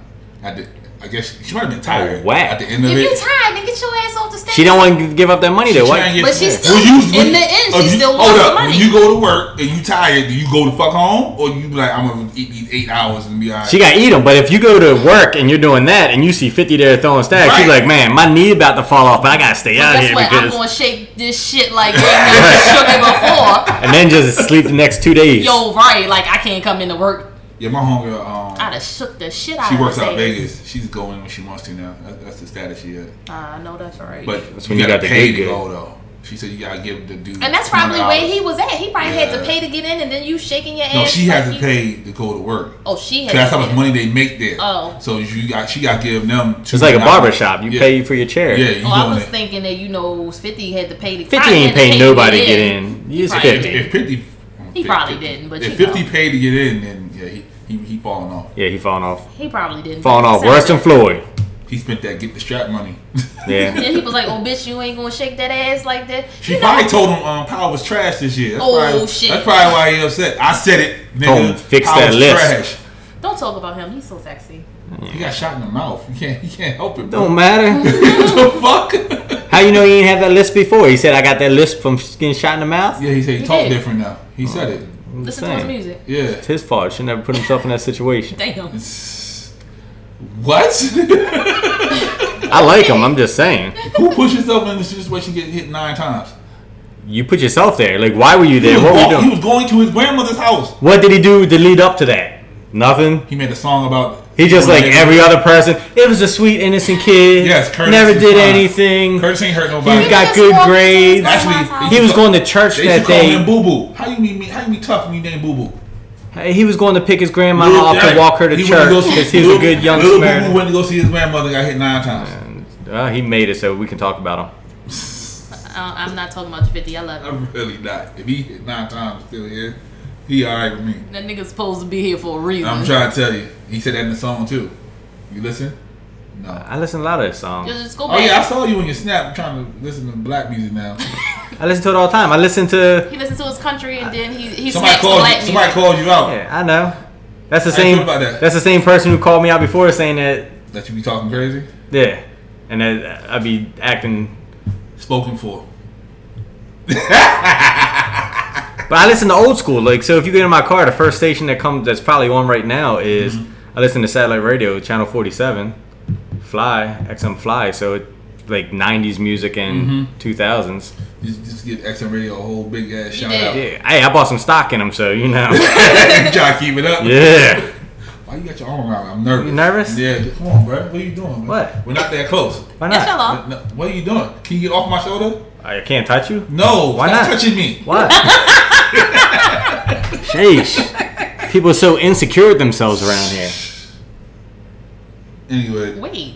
at the. I guess she, she might have been tired.
Oh, whack.
At the end of
If
it.
you tired, then get your ass off the stage.
She don't want to give up that money though.
trying to
What?
get-
But she
Yeah.
still- in the end, she
oh, you-
still
hold
wants
up.
the money.
When you go to work and you tired, do you go the fuck home or you be like, I'm gonna eat these eight hours and be alright?
She got to eat them. But if you go to work and you're doing that and you see 50 there throwing stacks, she's
Right.
like, man, my knee about to fall off, but I gotta stay out
Guess
here
what? I'm
because.
gonna shake this shit like you never shook it before.
and then just sleep the next two days.
Yo, right? Like I can't come into work.
yeah, my homegirl. Um,
I'd have shook the shit out
she
of her
works out
ass.
in Vegas. She's going when she wants to now. That, that's the status she at.
Ah, I know that's right.
But
That's when you got
gotta
the
pay
good
to
good.
go though. She said you gotta give the dude.
and that's probably
$20.
where he was at. He probably had to
Yeah.
pay to get in, and then you shaking your ass.
No, she
like
has to
you-
pay to go to work.
Oh, she has.
So that's
to
how
pay.
much money they make there.
Oh.
So you got she got to give them.
It's like a
$2.
barber shop. You
yeah.
pay for your chair.
Yeah, you
Oh, I
doing
was
it.
thinking that you know, Fifty had to pay to.
50
probably had
ain't
to
paying
pay
nobody to get in. You just
Probably
50.
If fifty,
He probably didn't, but
if
you
fifty
know.
paid to get in, then yeah, he he, he falling off.
Yeah, he falling off.
He probably didn't.
Falling off. Worse than Floyd.
He spent that get the strap money.
Yeah.
Then he was like, "Oh, bitch, you ain't gonna shake that ass like that."
she
You know-
probably told him um, Power was trash this year. That's
Oh,
probably,
shit.
That's probably why he upset. I said it, nigga.
Told him, fix
Power
that
was
list.
Trash.
Don't talk about him. He's so sexy.
He got shot in the mouth. You can't. You can't help it, bro.
Don't matter.
what the fuck?
How you know he ain't have that list before? He said I got that list from getting shot in the mouth.
Yeah, he said he,
He
talked
did.
different now. He said it.
I'm
Listen to
saying.
his music.
Yeah.
It's his fault. Should never put himself in that situation.
Damn.
What?
I like him. I'm just saying.
Who puts yourself in the situation get hit nine times?
You put yourself there. Like, why were you
He
there?
was,
What were you
walk- he was
doing?
going to his grandmother's house.
What did he do to lead up to that? Nothing.
He made a song about.
He just like every other person. It was a sweet, innocent kid.
Yes, Curtis
never
is
did
fine.
anything.
Curtis ain't hurt
He
nobody.
got
just
good
walked into
grades.
his grandma's
Actually,
house.
He was going to church
they used to
that
call him
day.
Boo Boo. How you mean me? How you mean tough? when You name Boo Boo.
He was going to pick his grandma off to
Right.
walk her to
He went
church
go see-
because he was a
little-
good young
little Boo Boo
Samaritan.
went to go see his grandmother. Got hit nine times.
Uh, he made it, so we can talk about him.
Uh, I'm not talking about you, Fifty. I love him.
I'm really not. If he hit nine times, still here, he all right with me.
That nigga's supposed to be here for a reason.
I'm trying to tell you. He said that in the song too. You listen? No.
I listen to a lot of his songs.
Just go
Oh
back.
yeah, I saw you on your snap. I'm trying to listen to black music now.
I listen to it all the time. I listen to.
He listened to his country and then he he
Somebody
snaps
called.
black
You,
music.
somebody called you out.
Yeah, I know. That's the
How you
same.
feel about that?
That's the same person who called me out before saying that.
That you be talking crazy.
Yeah, and that I'd be acting.
Spoken for.
But I listen to old school. Like, so if you get in my car, the first station that comes that's probably on right now is
Mm-hmm.
I listen to satellite radio, channel forty-seven, Fly XM Fly. So it like '90s music
Mm-hmm.
and 2000s.
Just, just give XM Radio a whole big ass shout
did.
out.
Yeah. Hey, I bought some stock in them, so you know.
Try to keep it up.
yeah.
Why you got your arm around? me? I'm nervous.
You nervous?
Yeah. Come on, bro. What are you doing? Man?
What?
We're not that close.
Why
That's your
not?
law.
No, What are you doing? Can you get off my shoulder?
I can't touch you.
No,
Why
stop
not?
touching me.
What? Sheesh. People are so insecure with themselves around here.
Anyway,
Wait.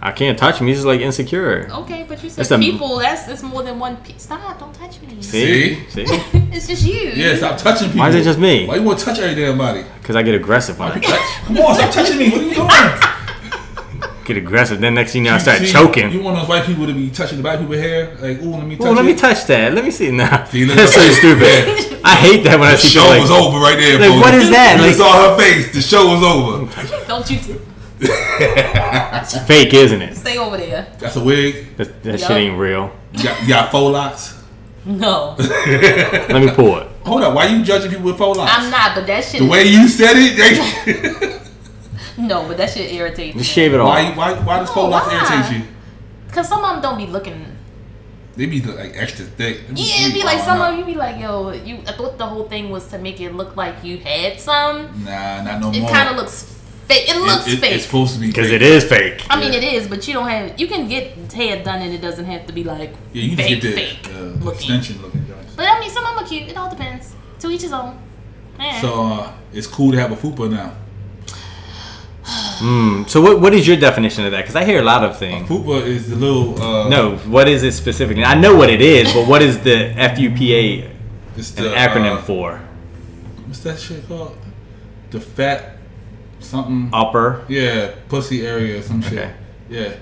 I can't touch him. He's just like insecure.
Okay, but you said
It's a-
people. that's it's more than one. Pe- Stop! Don't touch me.
See? See?
it's just you.
yeah, stop touching people.
Why is it just me?
Why you want to touch every damn body?
Because I get aggressive when I touch.
Come on, stop touching me. What are you doing?
Get aggressive. Then next thing you know, I start
See, You
choking.
want those white people to be touching the black people's hair? Like, ooh, let me touch
Oh, let
it.
me touch that. Let me see. Nah.
See, look
That's
at
so
her.
stupid. I hate that when I
the
see
show
people like,
was over right there.
Like,
folks.
what is that?
You
Like-
saw her face. The show was over.
Don't you t-
it's fake, isn't it?
stay over there.
That's a wig.
That, that
Yup.
shit ain't real.
You got, you got faux locks.
No,
Let me pull it.
Hold up. Why you judging people with faux locks?
I'm not. But that shit.
the
is-
way you said it. They,
no, but that shit irritates me.
Just shave it
why?
off.
you- Why? Why does
No,
faux locks
why?
irritate you?
Cause some of them don't be looking.
They be like extra thick. They
Yeah, it'd be like
wild
some
out.
of you be like, yo, you. I thought the whole thing was to make it look like you had some.
Nah, not no
It
more.
kind of looks fake. It
It-
looks
it-
fake.
It's supposed to be
Because
fake.
it is fake.
I mean,
yeah.
it is, but you don't have. You can get hair done, and it doesn't have to be like
Yeah, you
fake,
just get
fake
the uh,
looking.
extension looking joints.
But I mean, some of them are cute. It all depends. To each his own. Eh.
So uh, it's cool to have a fupa now.
So what, what is your definition of that? Because I hear a lot of things.
Fupa is the little uh,
No, what is it specifically? I know what it is, but what is the FUPA an
It's the
acronym
uh,
for?
What's that shit called? The fat something.
Upper.
Yeah, pussy area or some shit.
Okay.
Yeah.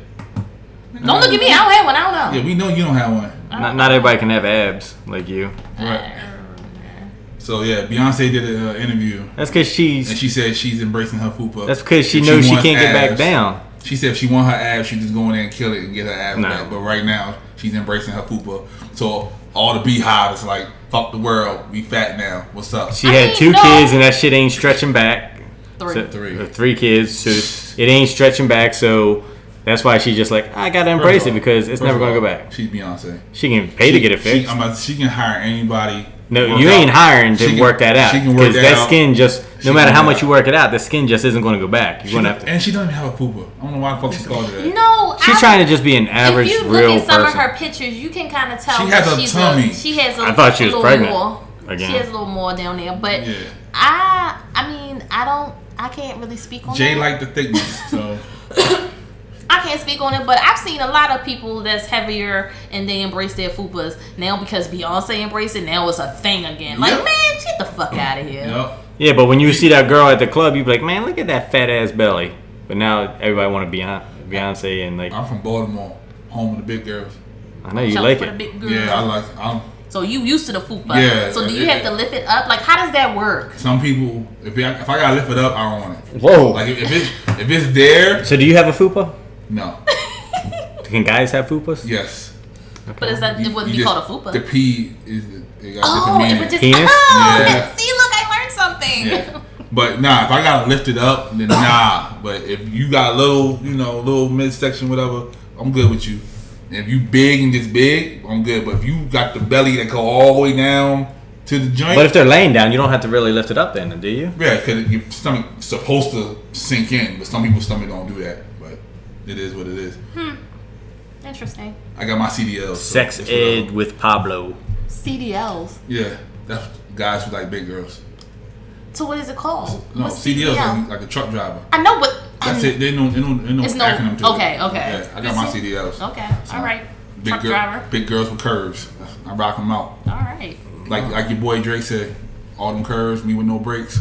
don't look at me. I don't have one. I don't know.
Yeah, we know you don't have one.
Uh,
Not, not everybody can have abs like you.
Right. So yeah, Beyonce did an uh, interview
That's because
and
she's.
she said she's embracing her fupa.
That's because she knows she
wants
can't get back
abs.
down.
She said if she want her abs, she just go in there and kill it and get her abs
No.
back. But right now, she's embracing her fupa. So all the beehive is like, fuck the world, we fat now. What's up?
She
I
had
mean,
two
no.
kids and that shit ain't stretching back.
Three.
So-
Three.
uh, three kids, so it ain't stretching back. So that's why she's just like, I gotta embrace it because it's
First
never
of
gonna
all,
go back.
She's Beyonce.
She can pay to get it
She,
fixed.
I'm about, she can hire anybody.
No,
to work
you
out.
ain't hiring to
She can-
work that out
she can work
because
that
that
out.
skin just
She
no matter
can
how
work
much you work it out, the skin just isn't going to go back. You're
She
going to
don't-
have to.
and she don't even have a pooper. I don't know why the fuck she called her that.
No,
She's
I-
trying to just be an average,
If you look
real
at some
person.
of her pictures, you can kind of tell
She
that
has a
she's
tummy.
she has a
I thought she was
little
pregnant
More.
again.
She has a little more down there, but
Yeah.
I, I mean, I don't, I can't really speak on
Jay
that.
liked the thickness, so
I can't speak on it, but I've seen a lot of people that's heavier and they embrace their fupas now because Beyonce embraced it. Now it's a thing again. Like,
Yep.
man, get the fuck out of here.
yep.
Yeah, but when you see that girl at the club, you be like, man, look at that fat ass belly. But now everybody want to be on Beyonce and like,
I'm from Baltimore, home of the big girls.
I know you
Shout
like
for the
it.
big girl.
Yeah, I like. I'm,
So you used to the fupa.
Yeah,
so do
it-
you have to lift it up? Like, how does that work?
some people, if I, if I gotta lift it up, I don't want it.
Whoa.
Like if, if it's if it's there,
so do you have a fupa?
no.
Can guys have fupas?
Yes.
But is that it wouldn't be
just-
called a fupa?
The P is it got
Oh,
different
it
meaning.
would just
Penis?
oh
Yeah.
see look I learned something.
Yeah. But nah, if I gotta lift it up, then nah. But if you got a little, you know, little midsection, whatever, I'm good with you. If you big and just big, I'm good. But if you got the belly that go all the way down to the joint,
But if they're laying down, you don't have to really lift it up then, do you?
yeah, because your stomach supposed to sink in, but some people's stomach don't do that. But it is what it is.
Interesting.
I got my CDL. so
Sex
it's whatever.
ed with Pablo.
CDLs.
Yeah, that's guys who like big girls.
So what is it called?
No,
What's
CDL is
CDL?
like, like a truck driver.
I know what.
That's it. They no, they no, they no
It's no-
acronym to it.
okay, okay.
Yeah, I got my
That's it.
CDLs.
Okay. All right.
Big
Truck
girl,
driver.
big girls with curves. I rock them out.
All right.
Like like your boy Drake said, all them curves, me with no breaks.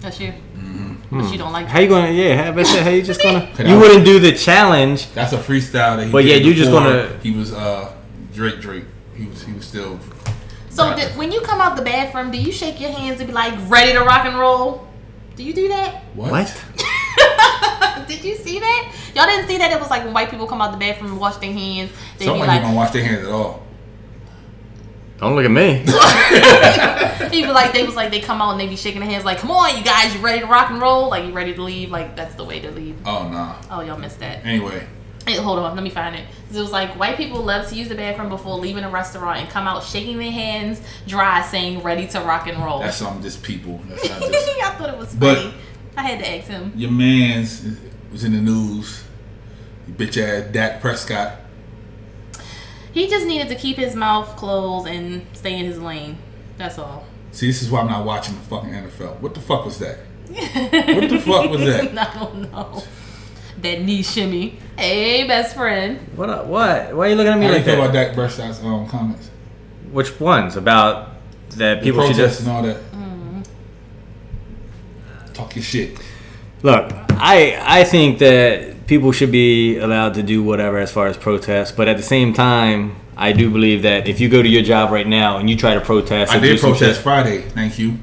That's you.
Mm-hmm.
But you don't like.
How you gonna? Yeah, how, I said, how you just gonna?
Could I-
You wouldn't do the challenge.
That's a freestyle that he.
But
did
yeah, you just
before
gonna-
He was uh Drake Drake. He was he was still.
So th- when you come out the bathroom, do you shake your hands and be like ready to rock and roll? Do you do that?
What?
What?
Did you see that? Y'all didn't see that? It was like when white people come out the bathroom and wash their hands. They
Some
be
people don't
like,
wash their hands at all.
Don't look at me.
they be like, they was like, they come out and they be shaking their hands like, come on, you guys, you ready to rock and roll? Like, you ready to leave? Like, that's the way to leave.
Oh nah.
Oh, y'all missed that.
Anyway,
Hey, hold on, let me find it. 'Cause It was like white people love to use the bathroom before leaving a restaurant and come out shaking their hands dry, saying ready to rock and roll.
that's some just people. That's not just
I thought it was
But-
funny. I had to ask him.
your man's was in the news. Bitch ass Dak Prescott.
He just needed to keep his mouth closed and stay in his lane. That's all.
See, this is why I'm not watching the fucking NFL. What the fuck was that? What the fuck was that?
I don't know. That knee shimmy. Hey, best friend.
What? a- What? Why are you looking at
I
me
didn't
like
care about
that?
Dak Prescott's um, comments.
Which ones about that
The
people should
protests
just
and all that.
Mm-hmm.
Talk your shit.
Look, I I think that people should be allowed to do whatever as far as protests, but at the same time, I do believe that if you go to your job right now and you try to protest,
I
and do
did
some
protest
shit-
Friday. Thank you.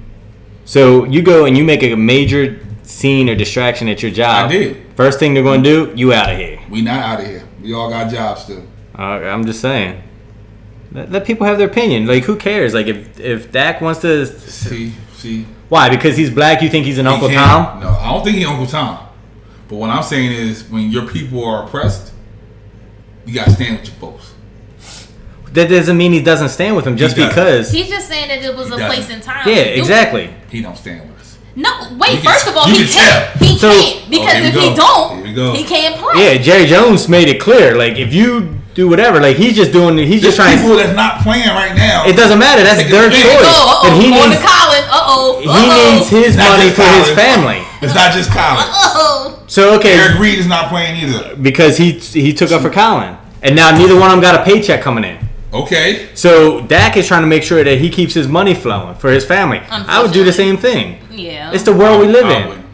so you go and you make a major scene or distraction at your job.
I did.
First thing they're going to do, you out of here.
We not out of here. We all got jobs still.
Uh, I'm just saying. Let, let people have their opinion. Like, who cares? Like, if if Dak wants to,
See, see.
why? Because he's black, you think he's an Uncle
He
Tom?
can't- No, I don't think he Uncle Tom. But what I'm saying is, when your people are oppressed, you gotta stand with your folks.
That doesn't mean he doesn't stand with him just
doesn't.
because.
He's just saying that it was
He
a
doesn't.
place and time.
yeah,
to do it.
exactly.
He don't stand with us.
No, wait.
You can-
first of all,
you
he
can
can't.
tell.
He
So-
can't because
Oh, here
if
we
he
go.
don't,
Here we go.
he can't play.
Yeah, Jerry Jones made it clear. Like if you do whatever, like he's just doing. He's
There's
just trying.
people
To,
that's not playing right now.
it doesn't matter. That's their
Take
choice.
a stand.
Oh, uh
But
oh,
he
going
needs
to Colin. Uh oh.
he
Uh-oh.
needs his
Not
money
just
for his
Colin.
family.
It's not just
Uh,
Colin.
Uh-oh.
So okay,
Eric Reed is not playing either.
because he he took up for Colin, and now neither one of them got a paycheck coming in.
Okay.
So Dak is trying to make sure that he keeps his money flowing for his family. I would do the same thing.
Yeah.
It's the world we live
I
in.
wouldn't.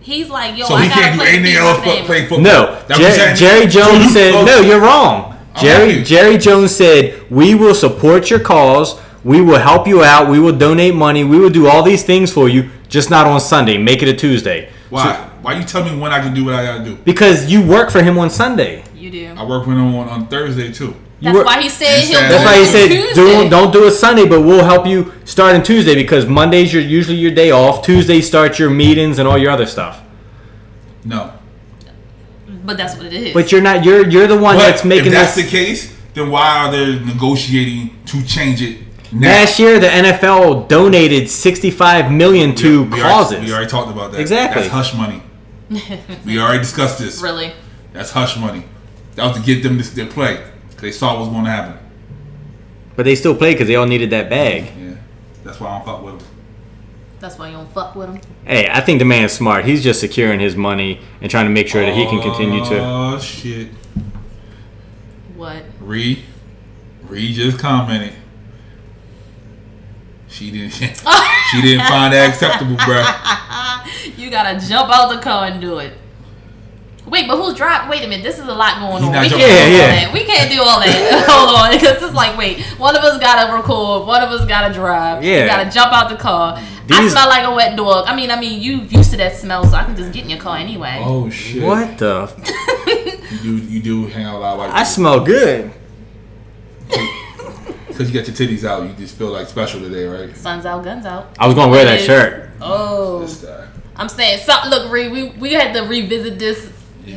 He's like, yo,
So
I
he
gotta
can't do
play
anything
FIFA
else
today.
but play football.
No,
That's what I'm
Jer-
saying.
Jerry
So
Jones
you
said
folks-
no. You're wrong.
I'm with
Jerry
you.
Jerry Jones said we will support your cause. We will help you out. We will donate money. We will do all these things for you. Just not on Sunday. Make it a Tuesday.
Why?
So-
Why you tell me when I can do what I gotta do?
because you work for him on Sunday.
You do.
I work with him on, on Thursday too.
You
That's
work-
why he said
You
he'll.
said-
That's
do
why he
it
said
Tuesday.
do, don't do it Sunday, but we'll help you starting Tuesday because Mondays are usually your day off. Tuesday starts your meetings and all your other stuff.
No.
But that's what it is.
But you're not. You're you're the one
But
that's making
if that's the
this.
case, then why are they negotiating to change it now?
Last year, the NFL donated 65 million to
we
causes.
Already, we already talked about that.
Exactly.
That's hush money. we already discussed this.
really,
That's hush money. That was to get them this, their play. 'Cause They saw what was going to happen.
But they still played because they all needed that bag.
Yeah. That's why I don't fuck with them.
that's why you don't fuck with him.
Hey, I think the man's smart. He's just securing his money and trying to make sure that he can continue to.
Oh, shit.
What?
Ree. Ree just commented. She didn't. she didn't find that acceptable, bruh.
You gotta jump out the car and do it. Wait, but who dropped? Wait a minute, this is a lot going
He
on.
not
We can't do
jumping
out the
all
car.
that. We can't do all that. Hold on, because it's like, wait, one of us gotta record, one of us gotta drive.
Yeah.
You gotta jump out the car. I
These-
smell like a wet dog. I mean, I mean, you used to that smell, so I can just get in your car anyway.
Oh shit.
What the? F-
You do you do hang out a lot of white
I smell good.
because you got your titties out. You just feel like special today, right?
Sun's out, guns out.
I was gonna wear that
Yes.
shirt.
Oh.
This guy.
I'm saying, so, look, Ree, we, we had to revisit this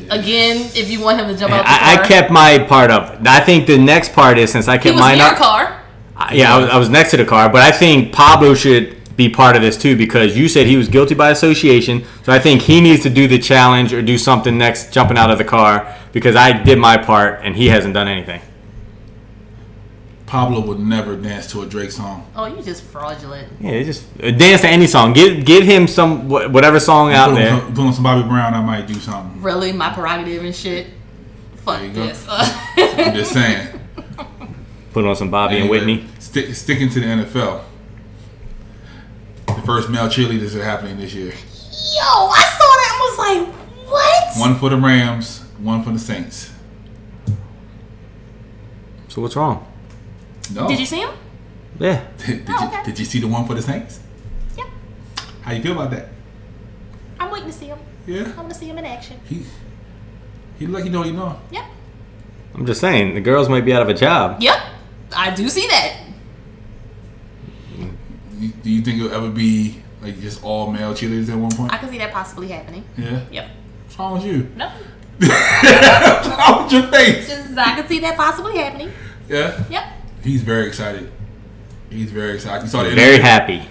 again if you want him to jump out the
I,
car.
I kept my part up. I think the next part is since I
He
kept
was
mine
near
up.
a car.
I- yeah, I was, I was next to the car, but I think Pablo should be part of this too because you said he was guilty by association. So I think he needs to do the challenge or do something next, jumping out of the car because I did my part and he hasn't done anything.
Pablo would never dance to a Drake song.
Oh, you just fraudulent.
Yeah, just uh, dance to any song. Give give him some wh- whatever song out
put, on
there.
some, put on some Bobby Brown, I might do something.
Really, my prerogative and shit. Fuck
There you go.
this.
I'm just saying.
Put on some Bobby and
Anyway,
Whitney.
Stick, sticking to the NFL. The first male cheerleaders are happening this year.
Yo, I saw that and was like, what?
One for the Rams, one for the Saints.
So what's wrong?
No.
Did you see him?
Yeah,
Did,
Oh,
you,
okay.
did you see the one for the Saints?
Yep.
How you feel about that?
I'm waiting to see him. I
Yeah.
want to see him in action.
He he lucky know you know.
Yep.
I'm just saying the girls might be out of a job.
Yep. I do see that.
You, do you think it'll ever be like just all male cheerleaders at one point?
I can see that possibly happening.
yeah.
Yep.
What's wrong with you?
No.
What's wrong with your face?
Just I can see that possibly happening.
Yeah.
Yep.
He's very excited. He's very excited. You saw the
Very
interview?
happy,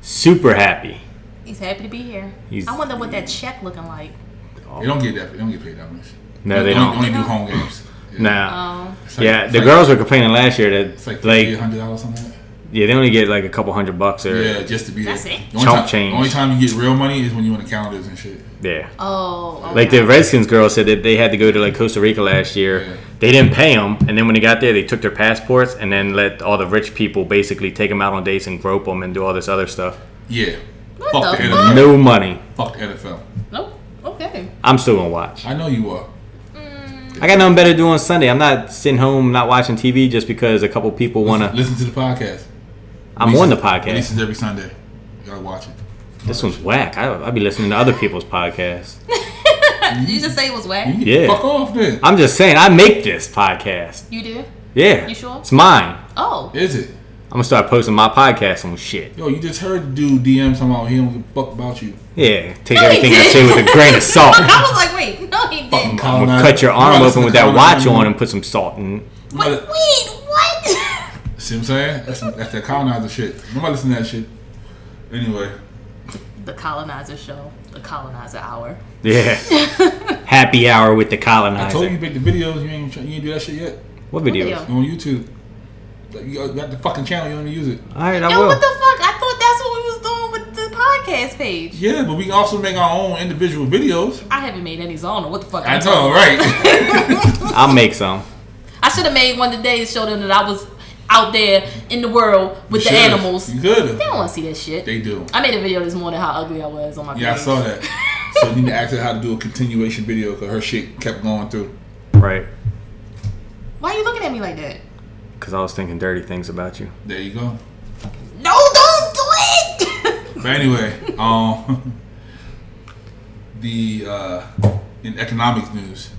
super happy.
He's happy to be here.
He's-
I wonder what that check looking like.
They don't get that. They don't get paid that much.
No,
only,
they don't.
Only do home games.
Now,
Um,
It's like-
yeah,
it's
the
like-
girls were complaining last year that
It's like,
like
like hundred dollars something. Like
yeah, they only get like a couple hundred bucks or
that.
yeah.
Yeah, just to be
That's
there.
it.
The only
Chump
time,
change.
The only time you get real money is when you're on the calendars and shit.
oh, okay.
Like the Redskins girl said that they had to go to like Costa Rica last year.
Yeah.
They didn't pay them, and then when they got there, they took their passports and then let all the rich people basically take them out on dates and grope them and do all this other stuff.
Yeah.
What
fuck
the
the
fuck?
NFL.
No money.
Fuck the NFL.
nope. Okay.
I'm still gonna watch.
I know you are.
I got nothing better to do on Sunday. I'm not sitting home not watching TV just because a couple people wanna.
Listen to the podcast.
I'm on the podcast.
Releases every Sunday. You gotta watch it.
This one's whack. I I be listening to other people's podcasts.
Did you just say it was whack?
You get the
Yeah.
Fuck off then.
I'm just saying, I make this podcast.
You did?
Yeah.
You sure?
It's mine.
Oh.
Is it?
I'm gonna start posting my podcast on shit.
Yo, you just heard the dude DM somehow he don't give a fuck about you.
Yeah. Take
No, he
everything I
didn't.
say with a grain of salt.
Fuck, I was like, wait, no, he didn't.
I'm gonna
Colonizer.
cut your
You
arm
gotta
open
listen
with
to
that watch
Colonizer.
on and put some salt in.
You
Wait,
gotta-
wait, what?
See what I'm saying? That's, that's that colonizer shit. Nobody listen to that shit. Anyway,
the colonizer show, the colonizer hour.
Yeah. Happy hour with the
I told you
colonizer.
you make the videos. You ain't try, you ain't do that shit yet.
What
video?
videos?
you on YouTube. Like, you got- you got the fucking channel. You don't even use it.
All right, I
Yo, what
will.
the fuck? I thought that's what we was doing with the podcast page.
Yeah, but we can also make our own individual videos.
I haven't made any, so I don't know what the fuck
I
I'm
know, right?
I'll make some.
I should have made one today to show them that I was out there in the world with the
Should've.
animals.
You
They
could.
don't want to see that shit.
They do.
I made a video this morning how ugly I was on my.
Yeah, I
page.
saw that. So you need to ask her how to do a continuation video because her shit kept going through.
Right.
Why are you looking at me like that?
Because I was thinking dirty things about you.
There you go.
No, don't do it.
But anyway, um, the uh, in economics news,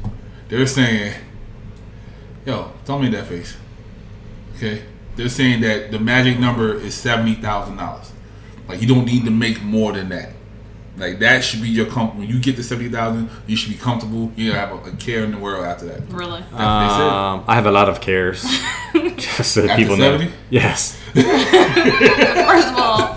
they're saying, "Yo, tell me that face." Okay, they're saying that the magic number is seventy thousand dollars. Like you don't need to make more than that. Like that should be your comfort. When you get to seventy thousand, you should be comfortable. You don't have a, a care in the world after that. That's
really?
what they said.
Um, I have a lot of cares. Just so
After
people know.
70?
Yes.
First of all,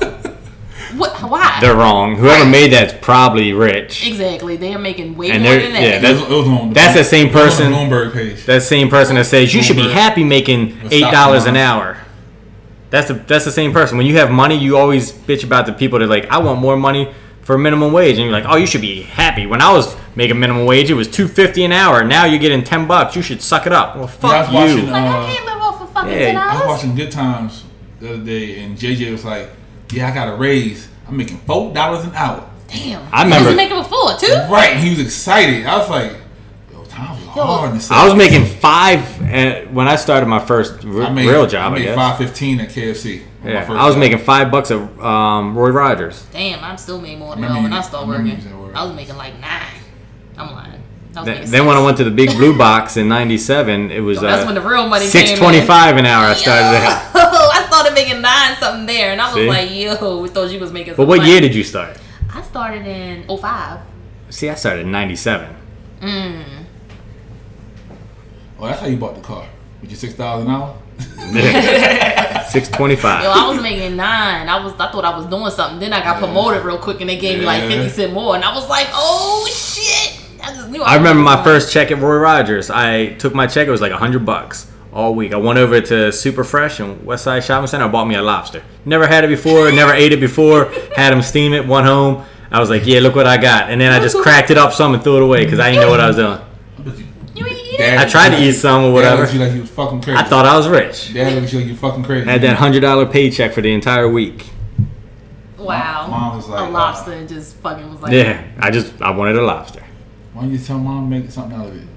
what? Why?
They're wrong. Whoever made that's probably rich.
exactly. They are making way
And
more
they're-
than that.
yeah,
It was- it was on
That's the same
it was on
person-
the Bloomberg page.
That same person that says you should
Mm-hmm.
be happy making eight dollars an hour. That's the that's the same person. When you have money, you always bitch about the people that like I want more money for minimum wage, and you're like, oh, you should be happy. When I was making minimum wage, it was two fifty an hour. Now you're getting ten bucks. You should suck it up. Well,
Yeah, I
fuck
was watching,
you.
like
uh,
I can't live off of fucking
yeah,
ten
I was
dollars.
watching Good Times the other day, and JJ was like, "Yeah, I got a raise. I'm making four dollars an hour."
Damn.
I remember-
Just make him a fool too.
Right? He was excited. I was like, "Yo, times was hard." in the
I was
South."
making five at, when I started my first r-
I made,
real job.
I
I,
made
guess.
five fifteen at KFC. on my
yeah,
first
I was
job.
making five bucks at um, Roy Rogers.
Damn, I'm still making more than
I
y'all when
remember
I
you-
started
I remember
working.
you said work.
I was making like nine. I'm lying. I was
Th-
making
then when I
six.
went to the big blue box in '97, it was uh,
that's when the real money came in.
six twenty-five an hour. I started
Yo,
out.
I started making nine something there, and I was
See?
like, "Yo, we thought you was making."
But
some
what
money.
year did you start?
I started in 05.
See, I started in '97.
Oh, that's how you bought the car. With your six dollars an hour.
Six
Yo,
twenty-five.
I was making nine. I was, I thought I was doing something. Then I got promoted real quick, and they gave me like
Yeah.
50 cent more, and I was like, "Oh shit!" I just knew.
I
was
remember my
doing
first check at Roy Rogers. I took my check; it was like hundred bucks all week. I went over to Super Fresh and Westside Shopping Center. I bought me a lobster. Never had it before. Never ate it before. Had them steam it. Went home. I was like, "Yeah, look what I got!" And then I just cracked it up some and threw it away because I didn't know what I was doing.
I bet you-
something. You ain't eat it?
Dad
I tried to
looked-
eat some or
Dad
whatever.
looked at you like you was fucking crazy.
I thought I was rich.
Dad looked at you like you fucking crazy.
Had that hundred dollar paycheck for the entire week.
Wow.
Mom was like, uh,
a lobster and just fucking was like,
Yeah, I just I wanted a lobster.
Why don't you tell mom to make something out of it?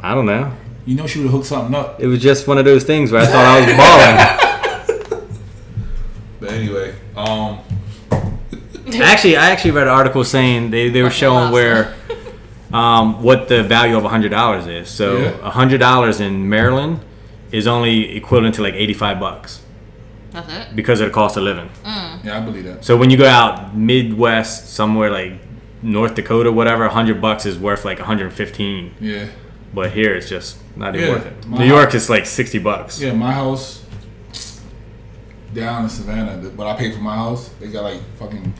I don't know.
You know she would have hooked something up.
It was just one of those things where I thought I was balling.
But anyway, um,
actually, I actually read an article saying they, they were
Fucking
showing
lobster.
where um, what the value of hundred dollars is. So
Yeah.
hundred dollars in Maryland is only equivalent to like eighty five bucks
That's it.
because of the cost of living.
yeah, I believe that.
So when you go out Midwest somewhere like North Dakota, whatever, hundred bucks is worth like one hundred fifteen.
Yeah,
But here it's just not even
Yeah.
worth it.
My-
New York is like sixty bucks.
yeah. My house down in Savannah, th- what I paid for my house, they got like fucking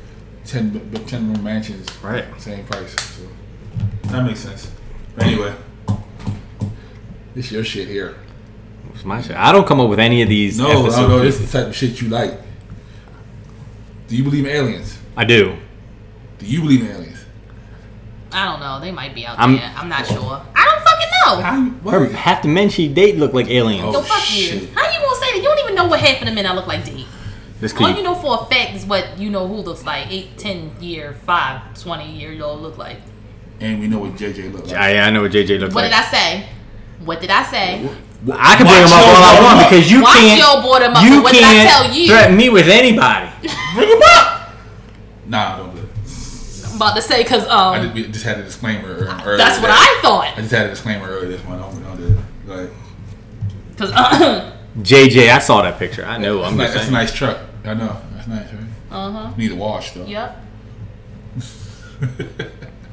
10, b- b- 10 room mansions,
Right.
Same price. So that makes sense. But anyway, It's your shit here.
It's my shit. I don't come up with any of these
No,
episodes.
no, no. This is the type of shit you like. Do you believe in aliens?
I do.
Do you believe in aliens?
I don't know. They might be out
I'm-
there. I'm not sure. I don't fucking know.
How you,
Her
what?
half the men she date look like aliens.
Oh,
So fuck you.
shit.
How you gonna say that? You don't even know what half of the men I look like to eat.
This
All
could
you know for a fact is what you know who looks like. 8, 10 year, 5, 20 year old look like.
And we know what JJ looked like.
I, I know what JJ looks
What
like.
did I say? What did I say?
I can
Watch
bring him up
your
all I
boy
want
up.
because you
Watch
can't.
your board up.
you
what did I
can't
tell you?
threaten me with anybody.
Bring him up. Nah, don't do it.
I'm about to say because
I
um,
just, we just had a disclaimer ear- earlier.
that's what
that-
I thought.
I just had a disclaimer earlier this one. Don't, don't do it. Like,
Because uh,
JJ, I saw that picture. I know.
that's,
I'm
nice,
just
that's a
saying.
nice truck. I know. That's nice, right?
uh huh.
Need a wash though.
Yep.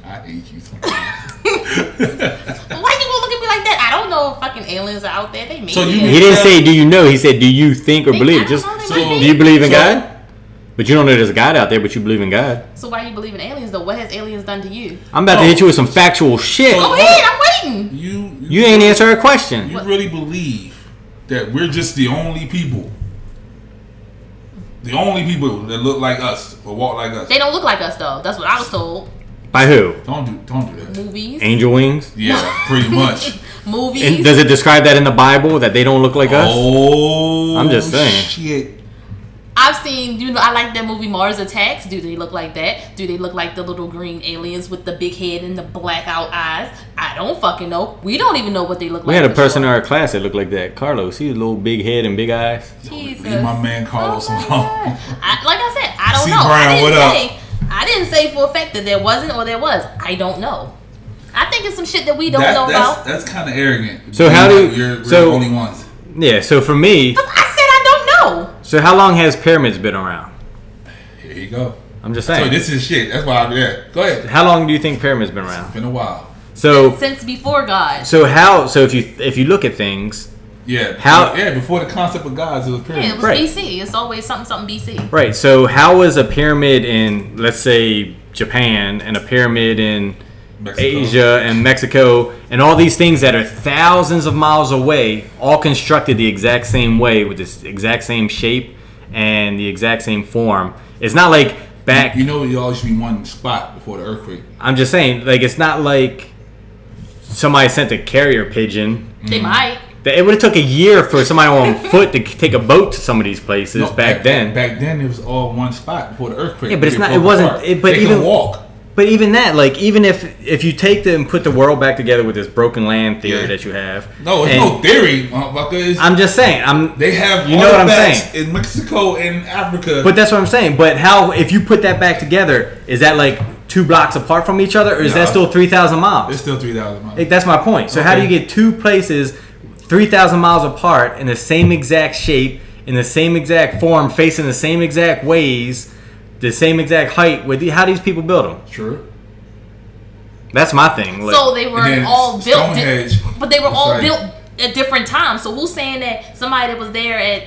I hate you. sometimes.
Why you gonna look at me like that? I don't know if fucking aliens are out there. They may
So
be.
you-
He didn't say, "Do you know?" He said, "Do you think or
They- I
believe?"
don't
Just
know, they
so-
might be.
do you believe in
So-
God? But you don't know there's a God out there, but you believe in God.
So why do you believe in aliens though? What has aliens done to you?
I'm about to
No.
hit you with some factual shit.
Oh,
Go ahead, I'm waiting.
you,
You ain't answer a question.
You really believe that we're just the only people, the only people that look like us or walk like us?
They don't look like us though. That's what I was told.
By who?
Don't do, don't do that.
Movies,
Angel wings?
Yeah, pretty much.
movies.
And does it describe that in the Bible that they don't look like us?
Oh,
I'm just saying.
Shit.
I've seen. You know, I like that movie Mars Attacks. Do they look like that? Do they look like the little green aliens with the big head and the black out eyes? I don't fucking know. We don't even know what they look
We
like.
had a
for
person in
sure.
our class that looked like that. Carlos, he was a little big head and big eyes.
Jesus.
Leave my man Carlos
Oh
alone.
my God. I, like I said, I don't
See,
know.
Brian,
I didn't
what up?
say, I didn't say for a fact that there wasn't or there was. I don't know. I think it's some shit that we don't
That-
know
that's
about.
that's kind of arrogant.
So how do-
you're, we're
so-
the only ones?
Yeah, so for me,
I said I don't know.
so how long has pyramids been around?
Here you go.
I'm just
So
saying.
this is shit. That's why I'm there. Go ahead.
how long do you think pyramids been around?
Been a while.
So
Since before God.
so how so if you if you look at things,
Yeah.
How-
Yeah. Before the concept of gods, it was
Yeah, it
pyramids.
was
Right.
BC. It's always something, something
Mm.
BC.
right, so how was a pyramid in let's say Japan and a pyramid in
Mexico.
Asia and Mexico and all these things that are thousands of miles away, all constructed the exact same way with this exact same shape and the exact same form. It's not like back.
You know, you always be one spot before the earthquake.
I'm just saying, like it's not like somebody sent a carrier pigeon.
They might.
That it would have took a year for somebody on foot to take a boat to some of these places
No,
back then.
Back then, it was all one spot before the earthquake.
Yeah, but it's
They
not-
broke
it wasn't-
apart.
it- but
they
even-
could walk.
But even that, like, even if if you take the and put the world back together with this broken land theory
Yeah.
that you have,
No, it's
and-
no theory, motherfucker. It's-
I'm just saying, I'm
they have
You know what I'm
artifacts in Mexico and Africa.
But that's what I'm saying. But how if you put that back together, is that like two blocks apart from each other, or is that
No.
still three thousand miles?
it's still three thousand miles.
Like, that's my point. So how do you
Okay.
get two places three thousand miles apart in the same exact shape, in the same exact form, facing the same exact ways, the same exact height? With the, how these people build them?
True.
That's my thing. Like,
so they were
And then
all built. di-
Stonehenge.
but they were
It's
all
like-
built at different times. So who's saying that somebody that was there at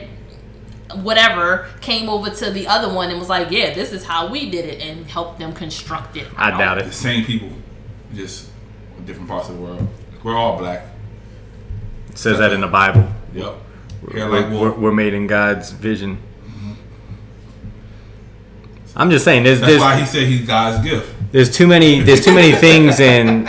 whatever came over to the other one and was like, yeah, this is how we did it and helped them construct it?
I doubt
The
it.
same people, just with different parts of the world. We're all black.
It says that in the Bible.
Yep. Yeah,
We're-
like
we're,
well,
we're made in God's vision. I'm just saying, there's
that's
there's,
why he said he's God's gift.
There's too many. There's too many things in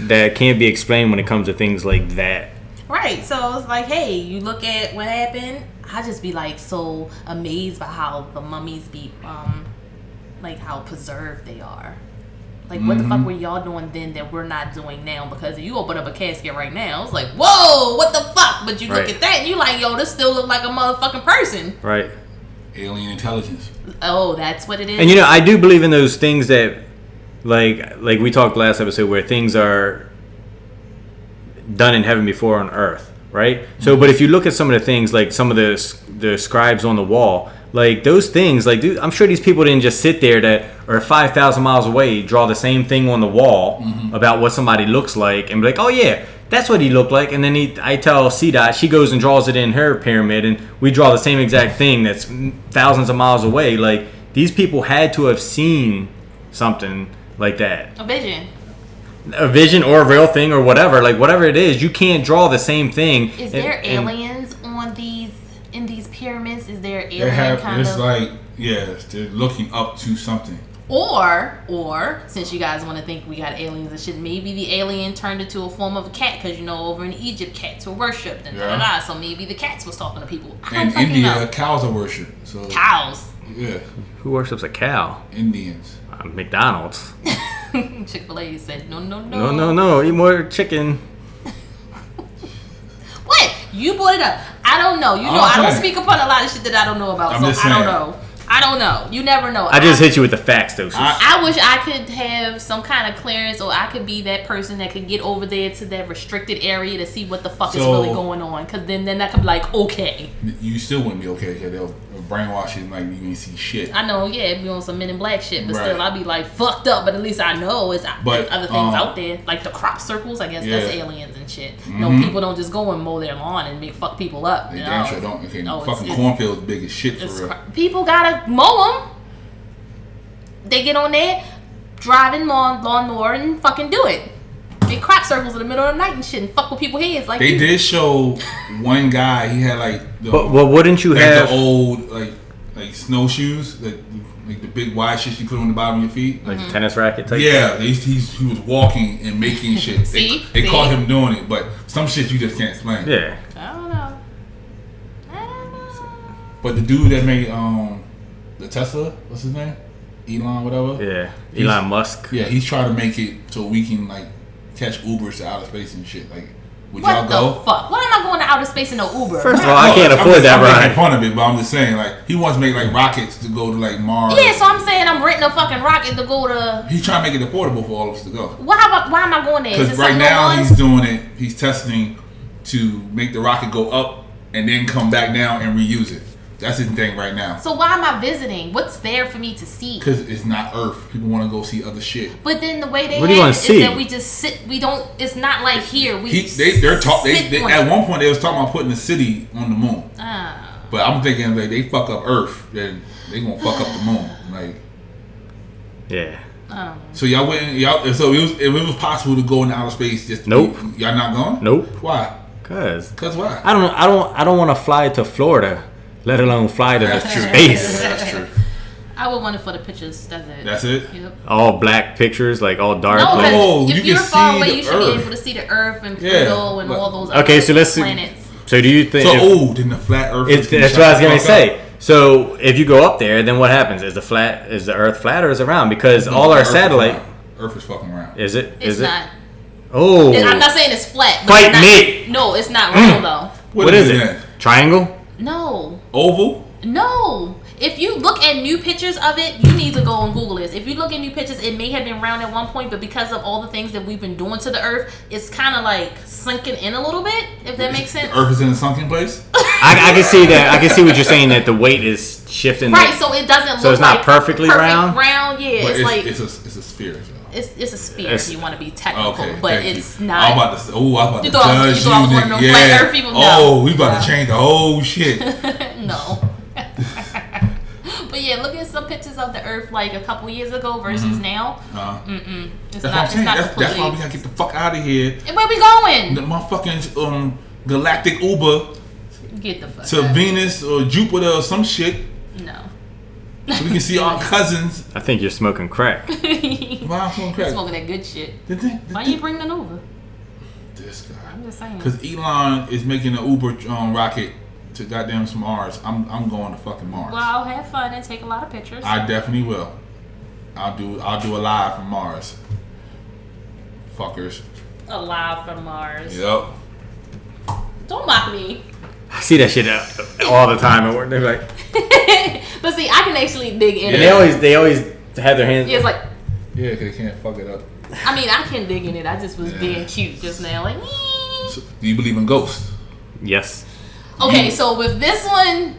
that can't be explained when it comes to things like that.
Right. So it's like, hey, you look at what happened. I just be like so amazed by how the mummies be, um, like how preserved they are. Like, what the fuck were y'all doing then that we're not doing now? Because if you open up a casket right now, it's like, whoa, what the fuck? But you look
Right.
at that and you like, yo, this still look like a motherfucking person.
Right.
Alien intelligence.
Oh, that's what it is.
And you know, I do believe in those things that, like, like we talked last episode, where things are done in heaven before on earth, right? So, but if you look at some of the things, like some of the s- the scribes on the wall, like those things, like dude, I'm sure these people didn't just sit there that are five thousand miles away, draw the same thing on the wall about what somebody looks like, and be like, oh yeah. That's what he looked like, and then he, I tell C dot she goes and draws it in her pyramid, and we draw the same exact thing that's thousands of miles away. Like these people had to have seen something like that.
a vision.
a vision or a real thing or whatever, like whatever it is, you can't draw the same thing.
Is
And-
there
and-
aliens on these in these pyramids? Is there
They
alien
have.
kind
It's
of
like yes, they're looking up to something.
Or, or since you guys want to think we got aliens and shit, maybe the alien turned into a form of a cat because you know over in Egypt cats were worshipped and da da da. So maybe the cats was talking to people. I don't
In
fucking
India,
know.
cows are worshipped. So
Cows,
yeah,
Who worships a cow?
Indians.
Uh, McDonald's.
Chick Fil A said no, no, no,
No, no, no. Eat more chicken.
What you brought it up? I don't know. You know,
I'm
I don't
saying.
speak upon a lot of shit that I don't know about.
I'm
so
just
I don't
saying.
know. I don't know. You never know.
I just hit you with the facts, though.
I-
I wish I could have some kind of clearance, or I could be that person that could get over there to that restricted area to see what the fuck is
So-
really going on. Because then, then I could be like, okay,
You still wouldn't be okay because they'll brainwash you and, like you ain't see shit.
I know, yeah, it'd be on some Men in Black shit, but
Right.
still, I'd be like fucked up. But at least I know it's
But,
there's other things
um,
out there, like the crop circles. I guess that's
Yeah. Mm-hmm.
aliens and shit. No, people don't just go and mow their lawn and make fuck people up.
They
you
damn
know?
sure don't. Okay,
No, it's-
fucking
it's-
cornfield's big as shit for
It's
real.
cr- people gotta mow them. They get on there, driving lawn lawnmower and fucking do it. They crop circles in the middle of the night and shit and fuck with people's heads like
They
you.
did show one guy. He had like the
But, well, wouldn't you
like
have?
the old like like snowshoes, like like the big wide shit you put on the bottom of your feet.
like
Mm-hmm.
the tennis racket type.
Yeah, they, he's, he was walking and making shit. They-
See?
they,
See?
caught him doing it, but some shit you just can't explain.
Yeah.
I don't know. I don't know.
But the dude that made um the Tesla, what's his name? Elon, whatever.
Yeah.
He's-
Elon Musk.
Yeah, he's trying to make it so we can like catch Ubers to outer space and shit. Like, would
What
y'all
the
go?
fuck? What am I going to outer space in no Uber?
First of all, I
No,
can't
I'm
afford
just-
that
I'm Making
ride.
fun of it, but I'm just saying, like, he wants to make like rockets to go to like Mars.
yeah, so I'm saying I'm renting a fucking rocket to go to.
He's trying to make it affordable for all of us to go.
Why, am I- why am I going there? Is
Because
it
right
something
now
going on?
he's doing it. He's testing to make the rocket go up and then come back down and reuse it. That's his thing right now.
So why am I visiting? What's there for me to see?
Because it's not Earth. People want to go see other shit.
But then the way they
What do you
have
wanna
it is
see?
that we just sit. We don't. It's not like here. We
He, they, they're talk. They,
sit
they,
on
at
it.
one point they was talking about putting a city on the moon.
Ah.
But I'm thinking like they fuck up Earth, then they gonna fuck up the moon. Like
Yeah.
Um,
so y'all wouldn't y'all so it was if it was possible to go into outer space just
Nope.
y'all not going?
Nope.
Why?
Cause
Cause why?
I don't. I don't. I don't want to fly to Florida, let alone fly to
That's true.
space.
Yeah, that's true.
I would want it for the pictures. That's it.
That's it.
Yep.
All black pictures, like all dark.
No,
like-
because
Oh, you
if
can
you are
see
far away,
the
you should
Earth.
be able to see the Earth and
Yeah,
Pluto and
but-
all those.
okay,
other
so let's.
planets.
So do you think?
So
if-
oh, then the flat Earth.
It's,
gonna
that's
shut
what I was
the
gonna
fuck
say.
up.
So if you go up there, then what happens? Is the flat? Is the Earth flat or is it round? Because all
Earth
our
is
satellite
round. Earth is fucking round.
is it?
It's
Is it?
not.
Oh,
I'm not saying it's flat. but
Fight
it's not-
me.
No, it's not real though.
what is
then?
it? Triangle?
No,
Oval?
no. If you look at new pictures of it, you need to go and Google this. If you look at new pictures, it may have been round at one point, but because of all the things that we've been doing to the Earth, it's kind of like sinking in a little bit. If that makes sense.
The Earth is in a sunken place.
I, I can see that. I can see what you're saying. That the weight is shifting.
Right, so it doesn't.
So
look
it's not
like
perfectly
perfect
round?
yeah,
But
it's,
it's,
like
it's
it's,
a it's a sphere. so.
it's a sphere
it's-
if you want to be technical,
Okay,
but
thank
it's
you. I'm
not.
about to. say- Oh, I'm about to
You thought I was-
judge
you thought I was one of
nigga.
them flat Earth people? No.
Oh, we about to
No.
change the whole shit.
no. but yeah, look at some pictures of the Earth like a couple years ago versus now.
Nah.
It's
Mm-hmm. That's what
not.
I'm
It's
saying.
not
That's, that's why we
completely.
gotta get the fuck out of here.
And Where we going?
The motherfucking um, galactic Uber
Get the fuck.
to
out.
Venus or Jupiter or some shit
no.
so we can see our cousins.
I think you're smoking crack.
Why I'm so
You're
crazy?
smoking that good shit.
The thing- the
Why
thing-
you bring that over?
this guy?
I'm just saying.
Because Elon is making an Uber um, rocket to goddamn some Mars. I'm I'm going to fucking Mars.
Well, I'll have fun and take a lot of pictures.
I definitely will. I'll do I'll do a live from Mars. Fuckers.
Alive from Mars.
Yep.
Don't mock me.
I see that shit out all the time at work. They're like,
but see, I can actually dig in
and
it.
they always, they always have their hands.
Yeah, it's like
Yeah, 'cause they can't fuck it up.
I mean, I can dig in it. I just was
Yeah.
being cute just now. Like, "Eee."
So, do you believe in ghosts?
Yes.
okay, so with this one,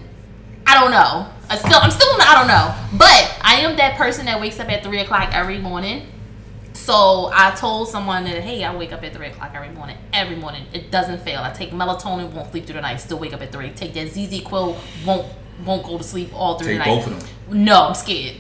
I don't know. I still, I'm still, I don't know. But I am that person that wakes up at three o'clock every morning. So I told someone that, hey, I wake up at three o'clock every morning. Every morning, it doesn't fail. I take melatonin, won't sleep through the night. Still wake up at three. Take that ZZ Quill, won't won't go to sleep all through
Take
the night.
both of them.
No, I'm scared.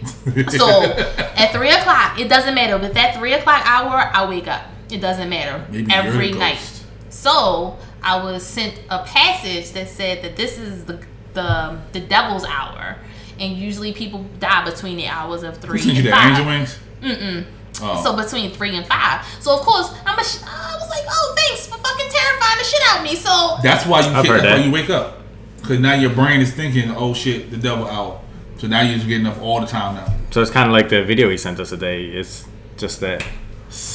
So at three o'clock, it doesn't matter. With that three o'clock hour, I wake up. It doesn't matter.
Maybe you're
Every
the
night.
ghost.
So I was sent a passage that said that this is the the, the devil's hour, and usually people die between the hours of three
Send you
and
the
five.
angel wings. Oh.
So between three and five. So of course I'm a sh- I was like, oh, thanks for fucking terrifying the shit out of me. So
That's why you
I've
can't,
heard
that's why
that.
you wake up. Cause now your brain is thinking, oh shit, the devil out. So now you're just getting up all the time now.
So it's kind of like the video he sent us today. It's just that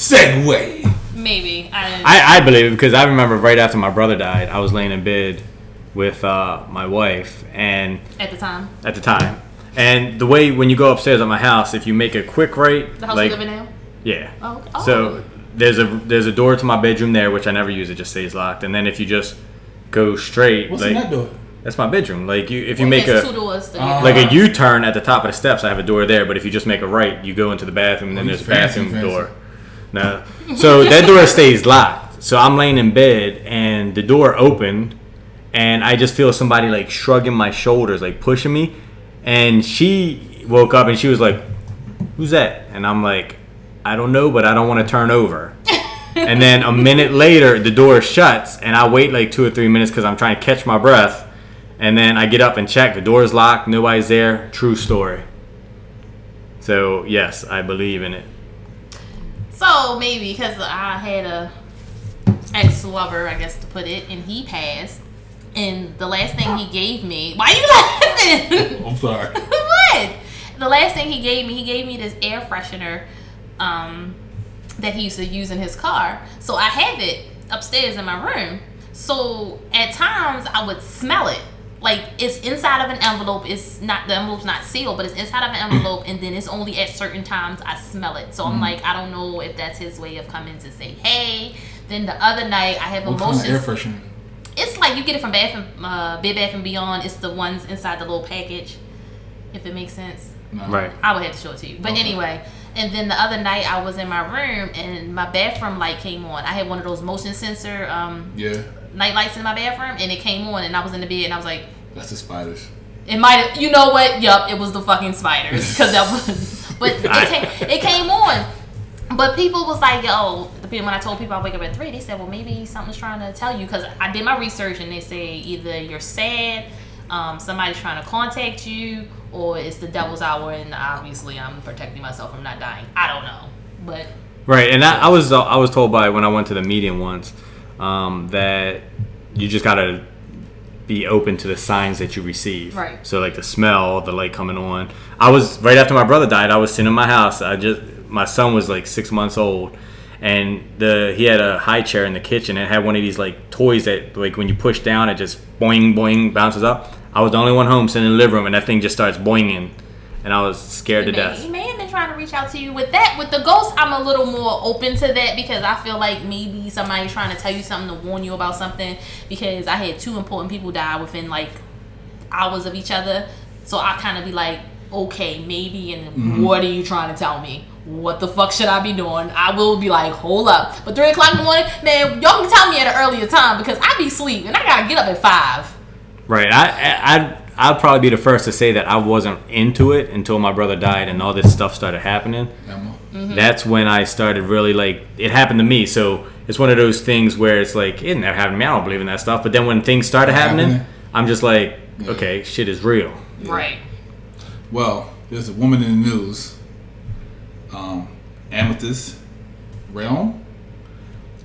Segway.
maybe I didn't.
I, I believe it because I remember right after my brother died, I was laying in bed with uh, my wife, and
at the time.
at the time, and the way when you go upstairs at my house, if you make a quick right,
The house
like
we live in now.
yeah,
Oh, oh.
so there's a there's a door to my bedroom there which I never use. It just stays locked, and then if you just go straight,
What's
like
in that door?
that's my bedroom. Like you, if you make
There's
a
two doors. To
Ah.
like a U turn at the top of the steps. I have a door there, but if you just make a right, you go into the bathroom, and then
Oh, you
there's a
fancy,
bathroom
fancy.
door. No, so that door stays locked. So I'm laying in bed, and the door opened, and I just feel somebody like shrugging my shoulders, like pushing me, and she woke up and she was like, "Who's that?" And I'm like, "I don't know, but I don't want to turn over." and then a minute later, the door shuts, and I wait like two or three minutes because I'm trying to catch my breath. And then I get up and check. The door's locked. Nobody's there. True story. So yes, I believe in it.
So maybe because I had a ex lover, I guess to put it, and he passed, and the last thing he gave me. Why you laughing?
I'm sorry.
what? The last thing he gave me, he gave me this air freshener um, that he used to use in his car. So I have it upstairs in my room. So at times I would smell it. Like it's inside of an envelope. It's not the envelope's not sealed, but it's inside of an envelope, and then it's only at certain times I smell it. So
Mm-hmm.
I'm like, I don't know if that's his way of coming to say hey. Then the other night I have
What kind
emotions
of air freshener?
it's like you get it from Bath and uh, Bed Bath and Beyond. It's the ones inside the little package, if it makes sense.
No.
Right.
I would have to show it to you. But anyway, and then the other night I was in my room and my bathroom light came on. I had one of those motion sensor um,
Yeah.
night lights in my bathroom, and it came on, and I was in the bed, and I was like,
That's the spiders.
it might have, you know what? Yup, it was the fucking spiders. Cause that was, but it came, it came on. But people was like, yo, the people- when I told people I wake up at three, they said, well, maybe something's trying to tell you. Cause I did my research and they say either you're sad, um, somebody's trying to contact you, or it's the devil's hour. And obviously, I'm protecting myself from not dying. I don't know. But
Right, and I, I was I was told by when I went to the medium once um, that you just gotta be open to the signs that you receive.
Right.
So like the smell, the light coming on. I was right after my brother died. I was sitting in my house. I just my son was like six months old, and the he had a high chair in the kitchen and it had one of these like toys that like when you push down it just boing boing bounces up. I was the only one home sitting in the living room and that thing just starts boinging, and I was scared
he
to
may,
death.
he may have been trying to reach out to you with that. With the ghost, I'm a little more open to that because I feel like maybe somebody's trying to tell you something to warn you about something. Because I had two important people die within like hours of each other, so I kind of be like, okay, maybe. And what are you trying to tell me? What the fuck should I be doing? I will be like, hold up. But three o'clock in the morning, man, y'all can tell me at an earlier time because I be sleep and I gotta get up at five.
Right. I, I I'd, I'd probably be the first to say that I wasn't into it until my brother died and all this stuff started happening.
Emma.
Mm-hmm.
That's when I started really like it happened to me. So it's one of those things where it's like it never happened to me. I don't believe in that stuff. But then when things started happening,
Happening.
I'm just like, okay, shit is real.
Right.
Well, there's a woman in the news. Um, Amethyst Realm.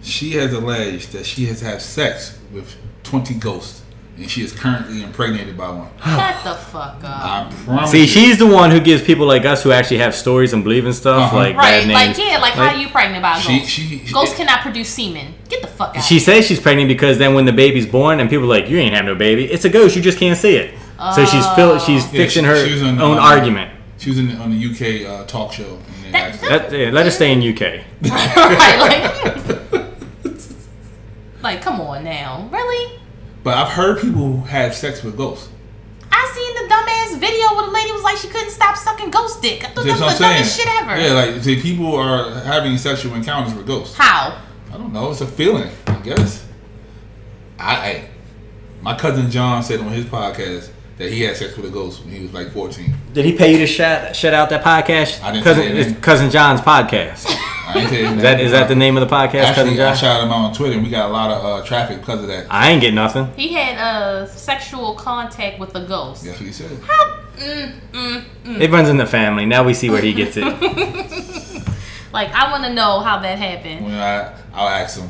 She has alleged that she has had sex with 20 ghosts, and she is currently impregnated by one.
Shut the fuck up.
I promise.
See,
you.
she's the one who gives people like us who actually have stories and believe in stuff
Uh-huh.
like
Right,
bad
like
names.
yeah, like, how
Like-
are you pregnant by a
She-
ghost?
she- she-
Ghosts cannot produce semen. Get the fuck out.
She says she's pregnant because then when the baby's born and people are like, you ain't have no baby. It's a ghost. You just can't see it. So she's
Oh.
fil- she's
Yeah,
fixing
she-
her
she was on-
own
on-
argument.
She was in the, on the UK uh, talk show. And they
That-
asked her-
That, yeah, let us stay in UK.
right, like, like, come on now, really?
but I've heard people who have sex with ghosts.
I seen the dumbass video where the lady was like she couldn't stop sucking ghost dick. I thought that
That's what
was
I'm saying.
the dumbest shit ever.
Yeah, like see, people are having sexual encounters with ghosts.
how?
I don't know. It's a feeling, I guess. I, I my cousin John said on his podcast that he had sex with a ghost when he was like 14.
Did he pay you to shout, shout out that podcast?
I didn't
cousin,
say it.
it's cousin John's podcast.
I I ain't tell you
Is that is that the name of the podcast, cousin
Actually, I
Josh?
shouted him out on Twitter. and We got a lot of uh, traffic because of that.
I ain't get nothing.
He had uh, sexual contact with a ghost.
That's what he said.
It runs in the family. Now we see where he gets it.
Like, I want to know how that happened.
When I, I'll ask him.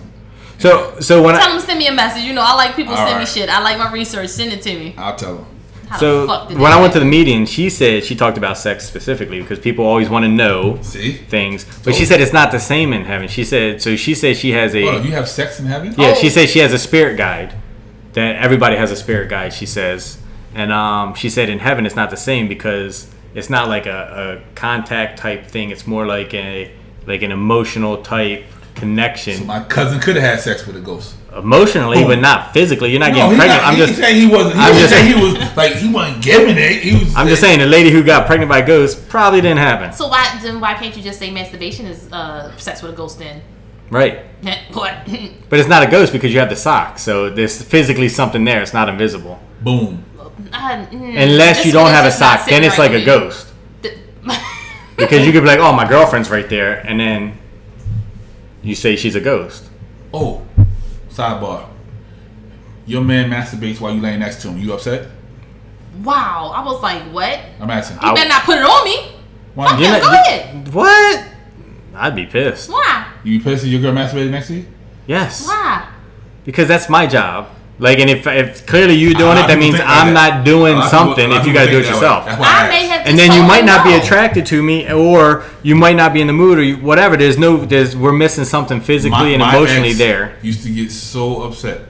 So so when
Tell
I,
him to send me a message. You know, I like people
All
send me
right.
shit. I like my research. Send it to me.
I'll tell him.
How
so
the fuck did
when
that
I went to
happen?
the meeting, she said she talked about sex specifically because people always want to know
See?
things. But she said it's not the same in heaven. She said so. She said she has
Hold up,
a
you have sex in heaven?
yeah. She
Oh.
said she has a spirit guide. That everybody has a spirit guide. She says, and um, she said in heaven it's not the same because it's not like a, a contact type thing. It's more like a like an emotional type connection.
My cousin could have had sex with a ghost.
emotionally,
Boom.
but not physically. You're not
Oh. No,
getting
he
pregnant.
not-
I'm
he
just,
saying he wasn't. He
I'm
was
just
saying he was like he wasn't giving it. He was.
I'm just saying the lady who got pregnant by ghosts probably didn't happen.
So why then why can't you just say masturbation is uh, sex with a ghost then?
Right.
What?
But it's not a ghost because you have the sock, so there's physically something there. It's not invisible,
Boom.
Uh, mm,
unless you don't have a sock. Then it's like a ghost because you could be like, "Oh, my girlfriend's right there," and then you say she's a ghost.
Oh, sidebar. Your man masturbates while you laying next to him. You upset?
Wow, I was like, what? You
I'm asking.
I-
better not put it on me.
Why not?
You're Yeah,
not-
go ahead.
What? I'd be pissed.
Why?
You pissed if your girl masturbated next to you?
Yes.
Why?
Because that's my job. Like, and if, if clearly you're doing
A lot
it,
of
that
people
means
think like
I'm
that.
not
A
doing
lot of people-
something
a lot
if
of
you
people
gotta do it
think that way.
yourself.
That's why
I
asked.
may have.
and
just
then you
told
might
him
not be
no.
attracted to me or you might not be in the mood or you, whatever there's no there's we're missing something physically and emotionally
ex
there
Used to get so upset.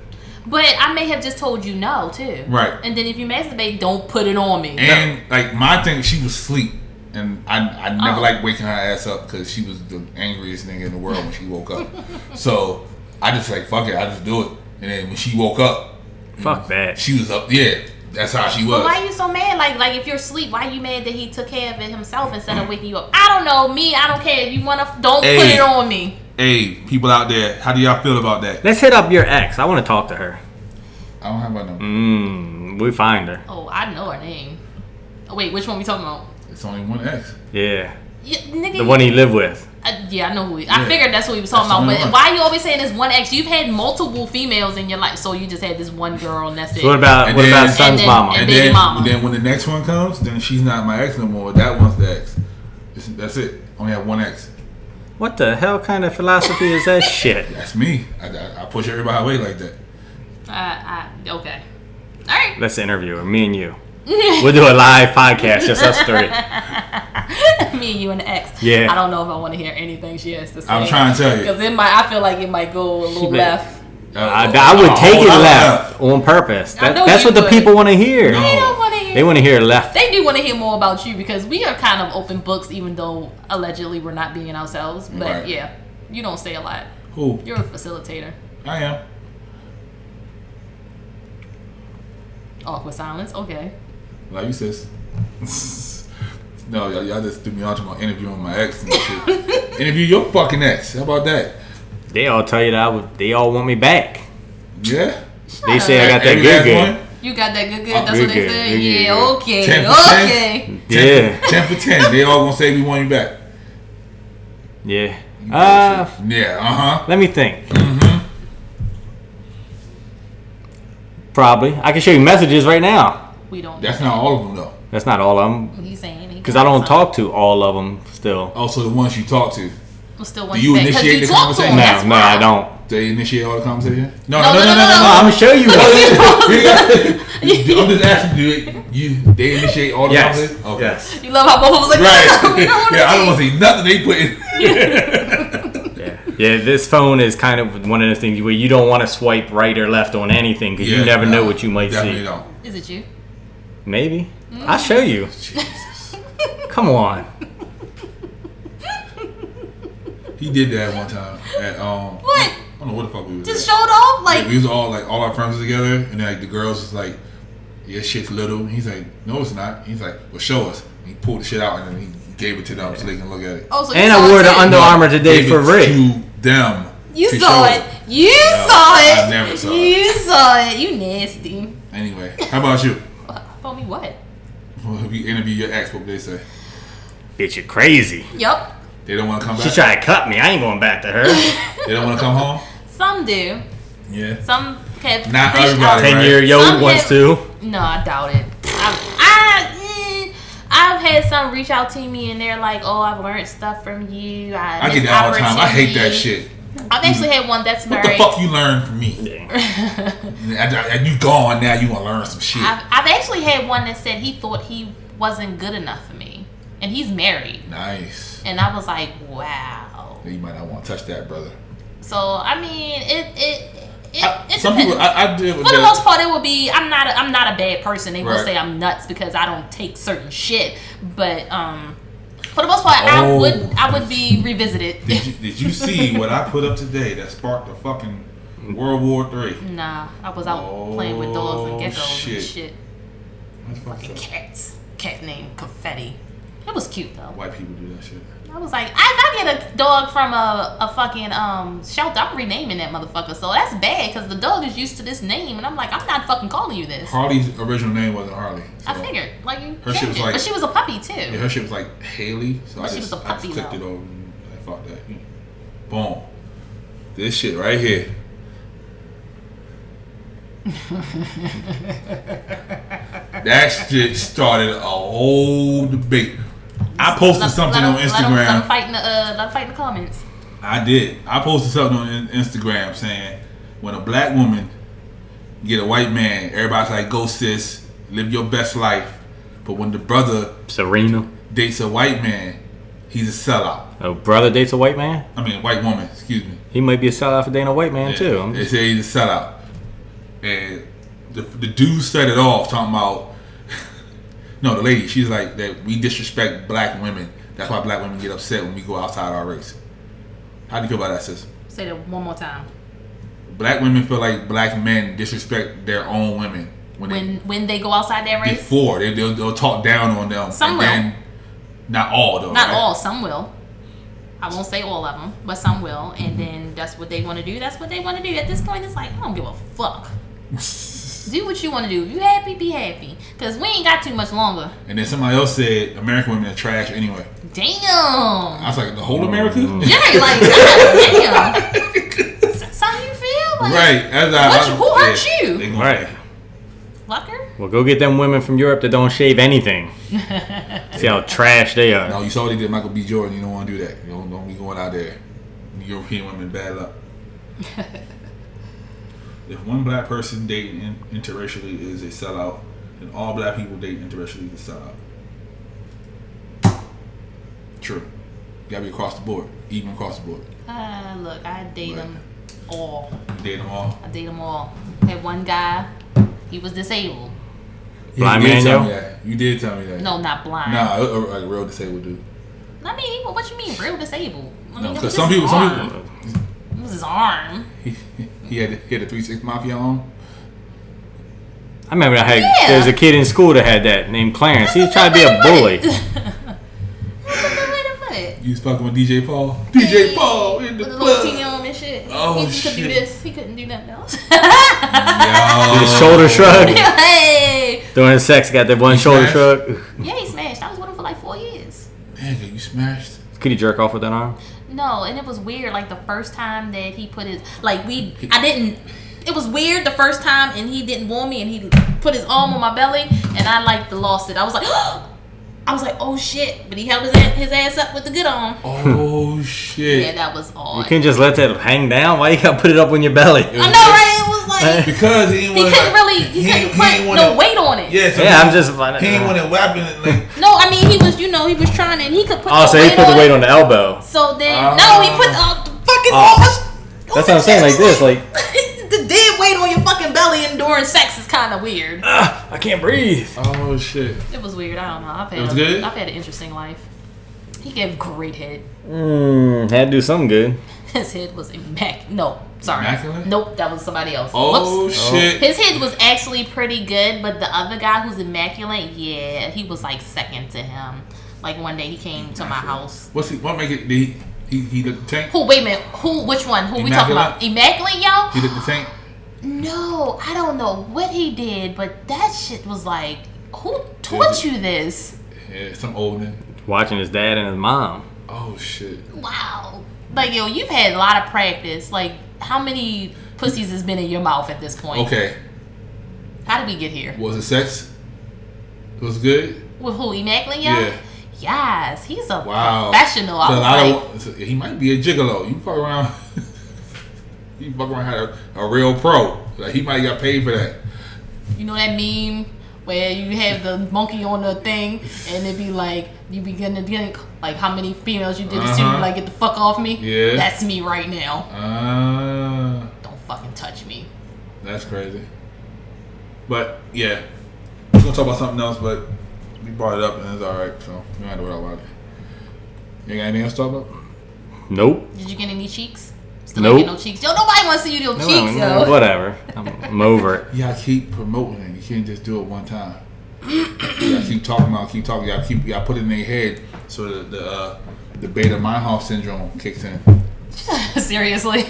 But I may have just told you no too.
Right.
And then if you masturbate, don't put it on me.
And like my thing, she was asleep, and I I never
Oh.
liked waking her ass up because she was the angriest nigga in the world when she woke up. so I just like fuck it, I just do it. And then when she woke up,
fuck that
she was up. Yeah, that's how she was.
But why are you so mad? Like, like if you're asleep, why are you mad that he took care of it himself instead of waking you up? I don't know. Me, I don't care. You wanna don't put
Hey.
it on me.
hey, people out there, how do y'all feel about that?
let's hit up your ex i want to talk to her
I don't have my number.
mm, we find her
Oh, I know her name. Oh, wait, which one we talking about?
It's only one ex.
yeah
Yeah, nigga,
the one he lived with
Uh, yeah, I know who. He, I
Yeah.
figured that's what he was talking
That's the
about.
only one.
But why you always saying this one ex? You've had multiple females in your life, so you just had this one girl, and that's it.
so what about
And
what about
then-
son's
and then-
mama
And
Big
then,
mama.
then when the next one comes, then she's not my ex no more. That one's the ex. It's- that's it. Only have one ex.
what the hell kind of philosophy is that shit
That's me. I, I, I push everybody away like that.
Uh, I, okay. All right.
let's interview her me and you we'll do a live podcast just us three
Me and you and the ex.
Yeah.
I don't know if I want to hear anything she has to say.
I'm trying to tell you.
Because it might. I feel like it might go a little
may-
left.
I, I would
Oh,
take it
I
left on purpose.
I
That,
know
that's
you
what the
would.
people want to hear. Oh,
No.
They don't want to hear.
They want to hear left.
They do want to hear more about you because we are kind of open books, even though allegedly we're not being ourselves. But
Right.
yeah, you don't say a lot.
Who?
You're a facilitator.
I am.
Awkward silence. Okay.
Like you sis. no, y'all, y'all just threw me out to my interviewing my ex and shit. Interview your fucking ex. How about that?
They all tell you that I would. They all want me back.
Yeah.
They say I got that
Every last
good good.
one.
You got that good, good.
Oh,
That's
good,
what they
good,
said.
good, good,
yeah.
good.
Okay.
10%?
Okay.
Yeah,
Ten for ten. They all gonna say we want you back.
yeah. Uh,
Yeah. Uh huh.
let me think.
Mm-hmm.
Probably. I can show you messages right now.
We don't.
That's not all of them though.
That's not all of them,
He's saying
because I don't talk to all of them still.
Also, the ones you talk to,
I'm still one
Do you
thing, 'cause
initiate the
talk to him,
conversation?
No,
that's
no,
why.
I don't.
they initiate all the conversation.
No, no, no, no,
I'm gonna show you. one.
I'm just asking you. You they initiate all the
Yes.
conversation.
Yes.
You love how both of us like
Right.
we don't want to
yeah, I don't want to see nothing they put in.
Yeah. yeah, this phone is kind of one of those things where you don't want to swipe right or left on anything because you
Yeah,
never
no,
know what you might
Definitely
see.
don't.
Is it you?
Maybe.
Mm.
I'll show you.
Jesus.
Come on.
He did that one time at um.
What?
I don't know what the fuck we was.
Just
at.
showed off? Like,
Like, we was all like all our friends was together, and then, like the girls was like, "Your shit's little." And he's like, "No, it's not." He's like, "Well, show us." And he pulled the shit out and then he gave it to them so they can look at it.
oh, so
And
you
I
saw
wore
it too.
the under- Under Armour today
Gave
for
it
Rick.
To them.
You
to
saw
show
it. You saw it.
I never saw it.
You saw it. You nasty.
Anyway, how about you?
Told me what?
Well, if you interview your ex, what would they say?
Bitch, you're crazy.
Yup.
They don't want to come back.
She tried to cut me. I ain't going back to her.
They don't want to come home.
Some do.
Yeah.
Some have
Not
fish
everybody,
out-
right?
Ten year yo
Some
wants
have-
to.
No, I doubt it. I've, I, mm, I've had some reach out to me and they're like, "Oh, I've learned stuff from you." I,
I
missed
get that all the time. I hate that
opportunities."
shit.
I've actually had one that's
What the
married.
fuck you learned from me? And you gone now. You want to learn some shit?
I've, I've actually had one that said he thought he wasn't good enough for me, and he's married.
Nice.
And I was like, "Wow."
You might not want to touch that, brother.
So I mean, it it it,
I-
it
some
depends.
people, I, I did with
for the
that.
most part, it will be. I'm not. A, I'm not a bad person. They will
Right.
say I'm nuts because I don't take certain shit. But um, for the most part, I
Oh.
would. I would be revisited.
Did you, did you see what I put up today that sparked the fucking World War Three?
nah, I was out playing with dogs and
Oh,
geckos
shit.
and shit. Cats. Cat named Confetti. It was cute though.
White people do that shit.
I was like, if I get a dog from a, a fucking um shelter, I'm renaming that motherfucker. So that's bad because the dog is used to this name, and I'm like, I'm not fucking calling you this.
Harley's original name wasn't Harley.
I
so-
figured, like, you
Her shit
changed
was
it.
like-
but she was a puppy too.
Yeah, her shit was like Haley, so I
But she
just,
was a
I just
puppy,
clicked it
though.
over and I fucked that. you know. Boom. This shit right here. that shit started a whole debate. I posted
Let-
something
let
on
'em- let 'em- Let 'em
Instagram.
fight in the uh, let 'em fight in the comments.
I did. I posted something on In- Instagram saying when a black woman get a white man, everybody's like, "Go sis, live your best life." But when the brother
Serena.
dates a white man, he's a sellout.
A brother dates a white man.
I mean, white woman, excuse me.
He might be a sellout for dating a white man too. I'm
They
just,
say he's a sellout. And the, the dude started off talking about, no, the lady, she's like, that we disrespect black women. That's why black women get upset when we go outside our race. How do you feel about that, sis?
Say that one more time.
Black women feel like black men disrespect their own women when,
When when they go outside their
they,
race,
before. They, they'll, they'll talk down on them.
Some
and
will.
then- Not all, though.
not
right?
all, some will. I won't say all of them, but some will, and then that's what they want to do. That's what they want to do. At this point, it's like I don't give a fuck. do what you want to do. If you happy, be happy. Cause we ain't got too much longer.
And then somebody else said, American women are trash anyway.
Damn.
I was like, the whole America?
Yeah, like God, damn. S- Some you feel like
Right. As I,
What
I-
you- who hurt you?
they gonna-
right.
fucker.
Well, go get them women from Europe that don't shave anything. See how trash they
No,
are.
you saw what he did, Michael B. Jordan. You don't want to do that. You don't, don't be going out there. European women bad luck. if one black person dating in, interracially is a sellout, then all black people dating interracially is a sellout. True. gotta be across the board, even across the board.
Uh, look, I date them all.
You date them all.
I date them all. Had one guy, he was disabled.
Blind
you did
man,
tell
yo?
me that. You did tell me that.
No, not blind.
Nah, a, a, a real disabled dude.
I mean, what, what you mean, real disabled? I mean,
No,
it was
because
his
some people,
arm.
some people,
It was his arm.
he, he had he had a three six mafia on.
I remember I had
Yeah.
there was a kid in school that had that named Clarence. He tried to be a bully.
That's a good way to put it.
You was fucking with DJ Paul. DJ Paul in the
With a little
club.
teeny arm and shit.
Oh,
he just could do
shit.
this. He couldn't do nothing else.
Yo.
Did a shoulder shrug
hey.
during sex. Got that one shoulder
smashed?
shrug.
Yeah, he smashed. I was with him for like four years.
Nigga, you smashed.
Could he jerk off with that arm?
No, and it was weird. Like the first time that he put his like we, I didn't. It was weird the first time, and he didn't warn me, and he put his arm on my belly, and I like lost it. I was like, I was like, oh shit! But he held his ass, his ass up with the good arm.
Oh shit.
Yeah, that was
You
odd.
can't just let that hang down. Why you gotta put it up on your belly?
I know, right? It was like
Because he didn't
he
want
couldn't really, he, couldn't put no weight on it.
Yeah, so
Yeah,
he-
I'm just.
He didn't want to weapon it like.
No, I mean he was, you know, he was trying, and he could put.
Oh,
no
so he
weight
put
on
the weight
it.
on the elbow.
So then,
Ah.
no, he put uh, the fucking
Ah.
arm-
That's what I'm saying. Like this, like
the dead weight on your fucking belly and during sex is kind of weird.
"Ah, I can't breathe.
Oh shit.
It was weird. I don't know. I've had
It was
a,
good?
have had an interesting life. He gave great head.
Mm, had to do something good.
His head was immaculate. No, sorry.
Immaculate?
Nope, that was somebody else.
Oh
Whoops.
shit.
His head was actually pretty good, but the other guy who's immaculate, yeah, he was like second to him. Like one day he came to my house.
What's he? What make it? Did he? He, he looked the tank.
Who? Wait a minute. Who? Which one? Who we talking about? Immaculate, y'all?
He looked the tank.
No, I don't know what he did, but that shit was like, who taught you this?
Yeah, some old man.
Watching his dad and his mom.
Oh shit.
Wow. Like yo, you've had a lot of practice. Like how many pussies has been in your mouth at this point?
Okay,
How did we get here?
was it sex? It was good.
With who? Immaculate
Yeah.
Young? Yes, he's a
Wow.
professional. I
So
was
I
like,
don't- so he might be a gigolo. You fuck around. you fuck around had a, a real pro. Like he might got paid for that.
you know that meme where you have the monkey on the thing and it be like you begin to think like how many females you did this to you
Uh-huh.
like get the fuck off me.
Yeah.
That's me right now.
Ah,
Don't fucking touch me.
that's crazy. But yeah, we're gonna talk about something else. But we brought it up and it's all right. So we don't have to worry about it. You got anything else to talk about?
Nope.
Did you get any cheeks? Still ain't get
Nope.
no cheeks. Yo, nobody wants to see you no cheeks, yo.
Whatever. I'm, I'm over it.
Y'all keep promoting it. You can't just do it one time. y'all keep talking about, it, keep talking. Y'all keep y'all put it in their head so the the, uh, the beta Meinhof syndrome kicks in.
Seriously.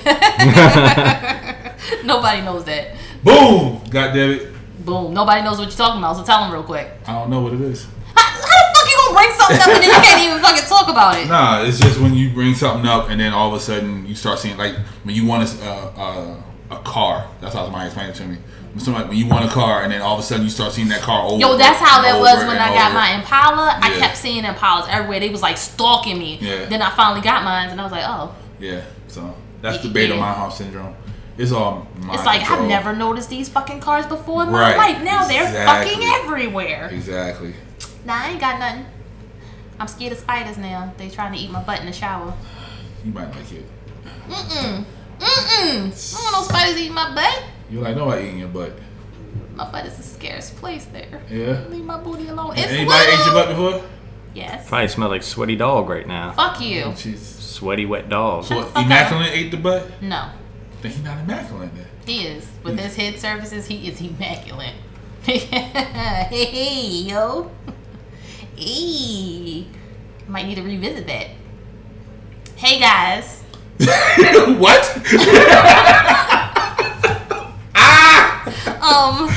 Nobody knows that.
Boom! God damn it!
Boom. Nobody knows what you're talking about, so tell them real quick.
I don't know what it is.
How, how the fuck you gonna bring something up and then you can't even fucking talk about it?
Nah, it's just when you bring something up and then all of a sudden you start seeing like when you want a a, a car. That's how somebody explained it to me. When somebody when you want a car and then all of a sudden you start seeing that car over.
Yo, that's how
and
that
over
was when
and
I got
over.
my Impala. I
Yeah.
kept seeing Impalas everywhere. They was like stalking me.
Yeah.
Then I finally got mine, and I was like, oh,
Yeah, so that's the beta
Yeah.
Meinhof syndrome. It's all. mind
it's like I've
control.
never noticed these fucking cars before in my
Right.
life. Now they're
Exactly.
fucking everywhere.
Exactly.
Nah, I ain't got nothing. I'm scared of spiders now. They trying to eat my butt in the shower.
You might like it.
Mm-mm. Mm-mm. I don't want no spiders eating my butt.
You like nobody eating your butt.
My butt is the scariest place there.
Yeah.
Leave my booty alone. It's
Anybody ate
little.
your butt before?
Yes.
Probably smell like sweaty dog right now.
Fuck you.
She's
Sweaty wet dog.
Shut
what,
the fuck up.
immaculate ate the butt.
No.
Then he not immaculate then.
He is. With his head services, he is immaculate. hey, yo. Hey. Might need to revisit that. Hey, guys.
what?
Um,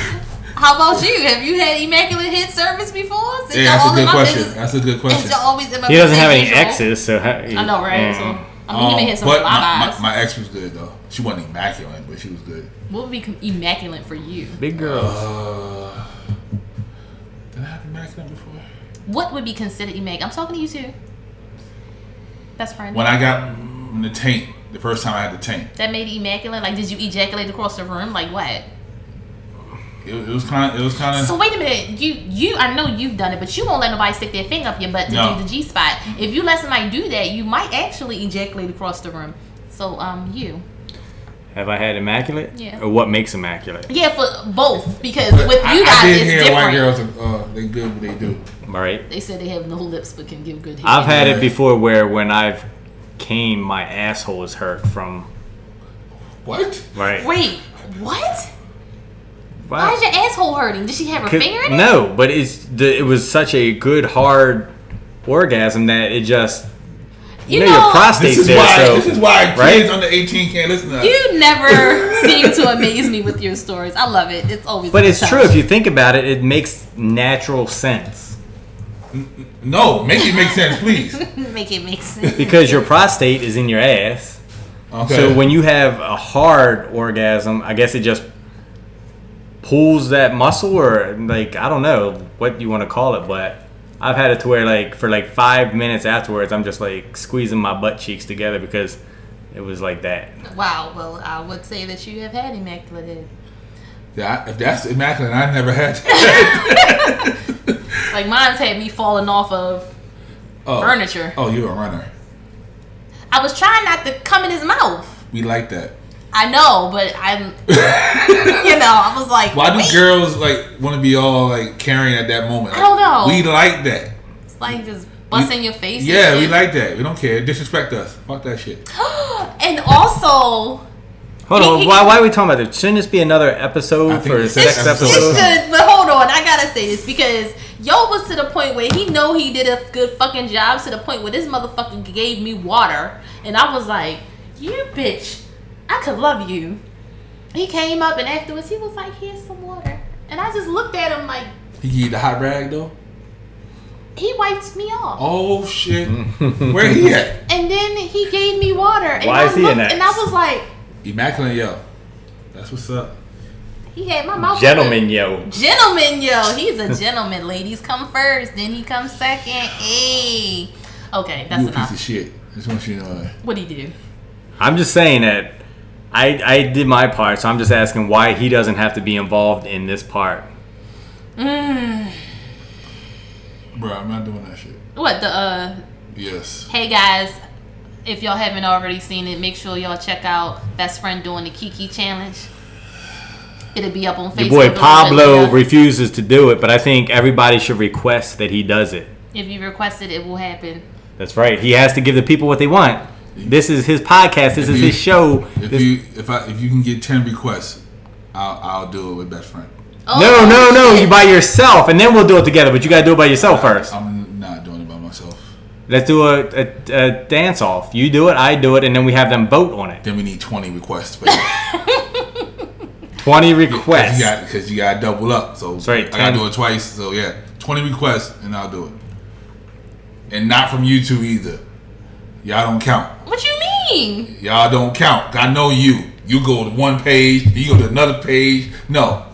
how about you? Have you had immaculate head service before? Since
Yeah,
y'all
that's
all
a
in
good
my
question.
business-
That's a good
since
question.
y'all always in my
He doesn't
business
have any
usual.
exes, so how,
I know, right? So,
Mm.
I mean, he
Um,
may hit some
but
of
my,
my
my, my ex was good though. She wasn't immaculate, but she was good.
What would be immaculate for you?
Big girls.
Uh, did I have immaculate before?
What would be considered immaculate? I'm talking to you too. Best friend.
When I got mm, the taint, the first time I had the taint,
That made it immaculate. Like, did you ejaculate across the room? Like what?
it, it was kind of, it was kind
So
of.
wait a minute. You you I know you've done it, but you won't let nobody stick their finger up your butt to
No.
do the G spot. If you let somebody do that, you might actually ejaculate across the room. So um you
Have I had immaculate?
Yeah.
Or what makes immaculate?
yeah for both because with you guys
I, I did
it's
hear
different.
white girls, are, uh, they good what they do.
All right.
They said they have no lips but can give good. Head.
I've had
Right.
it before where when I've came, my asshole is hurt from.
What?
Right.
Wait, what?
Why-
Why is your asshole hurting? Did she have her
Uh. Could-
finger in it?
no, but it's the, it was such a good hard orgasm that it just you,
You
know,
know-
your
This
prostate's
is
there.
why.
so
this is why kids
right?
under eighteen can't listen to us.
You never seem to amaze me with your stories. I love it. It's always.
But it's true if
nostalgia.
you think about it. It makes natural sense
No, make it make sense, please.
make it make sense.
because your prostate is in your ass.
Okay.
So when you have a hard orgasm, I guess it just pulls that muscle or like I don't know what you want to call it, but I've had it to where like for like five minutes afterwards, I'm just like squeezing my butt cheeks together because it was like that.
Wow. Well, I would say that you have had immaculate head.
Yeah, I- if that's immaculate, I never had. that.
Like mine's had me falling off of
Oh.
furniture.
Oh, you're a runner.
I was trying not to come in his mouth.
We like that.
I know, but I'm. you know, I was like,
Why do
wait.
girls like want to be all like caring at that moment?
I don't know.
We like that.
It's like just busting your face. and
Yeah, we
shit.
like that. We don't care. Disrespect us. Fuck that shit.
And also,
Hold
He-
on,
he-
why, why are we talking about this? Shouldn't this be another
I
episode
think
for a
this
sex
is episode-
episode?
it
Absolutely.
should. But hold on, I gotta say this because yo was to the point where he know he did a good fucking job to the point where this motherfucker gave me water, and I was like, "You bitch, I could love you." He came up and afterwards he was like, "Here's some water," and I just looked at him like.
He give you the hot rag though.
He wiped me off.
Oh shit! Where he at?
And then he gave me water. And
Oh. Why
I
is he an
looked, And I
ex?
was like,
Immaculate yo. That's what's up.
he had my mouth.
Gentlemen, yo.
open. Gentleman, yo. He's a gentleman. Ladies come first, then he comes second. Hey. Okay, that's
you a piece
enough.
of shit. Just want you to know that.
What'd he do?
I'm just saying that I I did my part, so I'm just asking why he doesn't have to be involved in this part.
Mm.
Bro, I'm not doing that shit.
What, the, uh,
Yes.
hey guys, if y'all haven't already seen it, make sure y'all check out Best Friend doing the Kiki Challenge. It'll be up on Facebook.
Your boy
a little
Pablo
bit later.
refuses to do it, but I think everybody should request that he does it.
if you request it, it will happen.
That's right. He has to give the people what they want. This is his podcast. This is
you-
his show.
If
This-
you if I if you can get ten requests, I'll I'll do it with best friend.
Oh,
no, no, no.
shit.
You by yourself, and then we'll do it together. But you gotta do it by yourself first.
I'm not doing it by myself.
Let's do a, a, a dance off. You do it, I do it, and then we have them vote on it.
Then we need twenty requests. baby. 'Cause
Twenty
you
requests.
got because you got to double up. So
right,
I got
10.
to do it twice. So yeah, twenty requests and I'll do it. And not from you two either. Y'all don't count.
What you mean?
Y'all don't count. I know you. You go to one page, then you go to another page. No,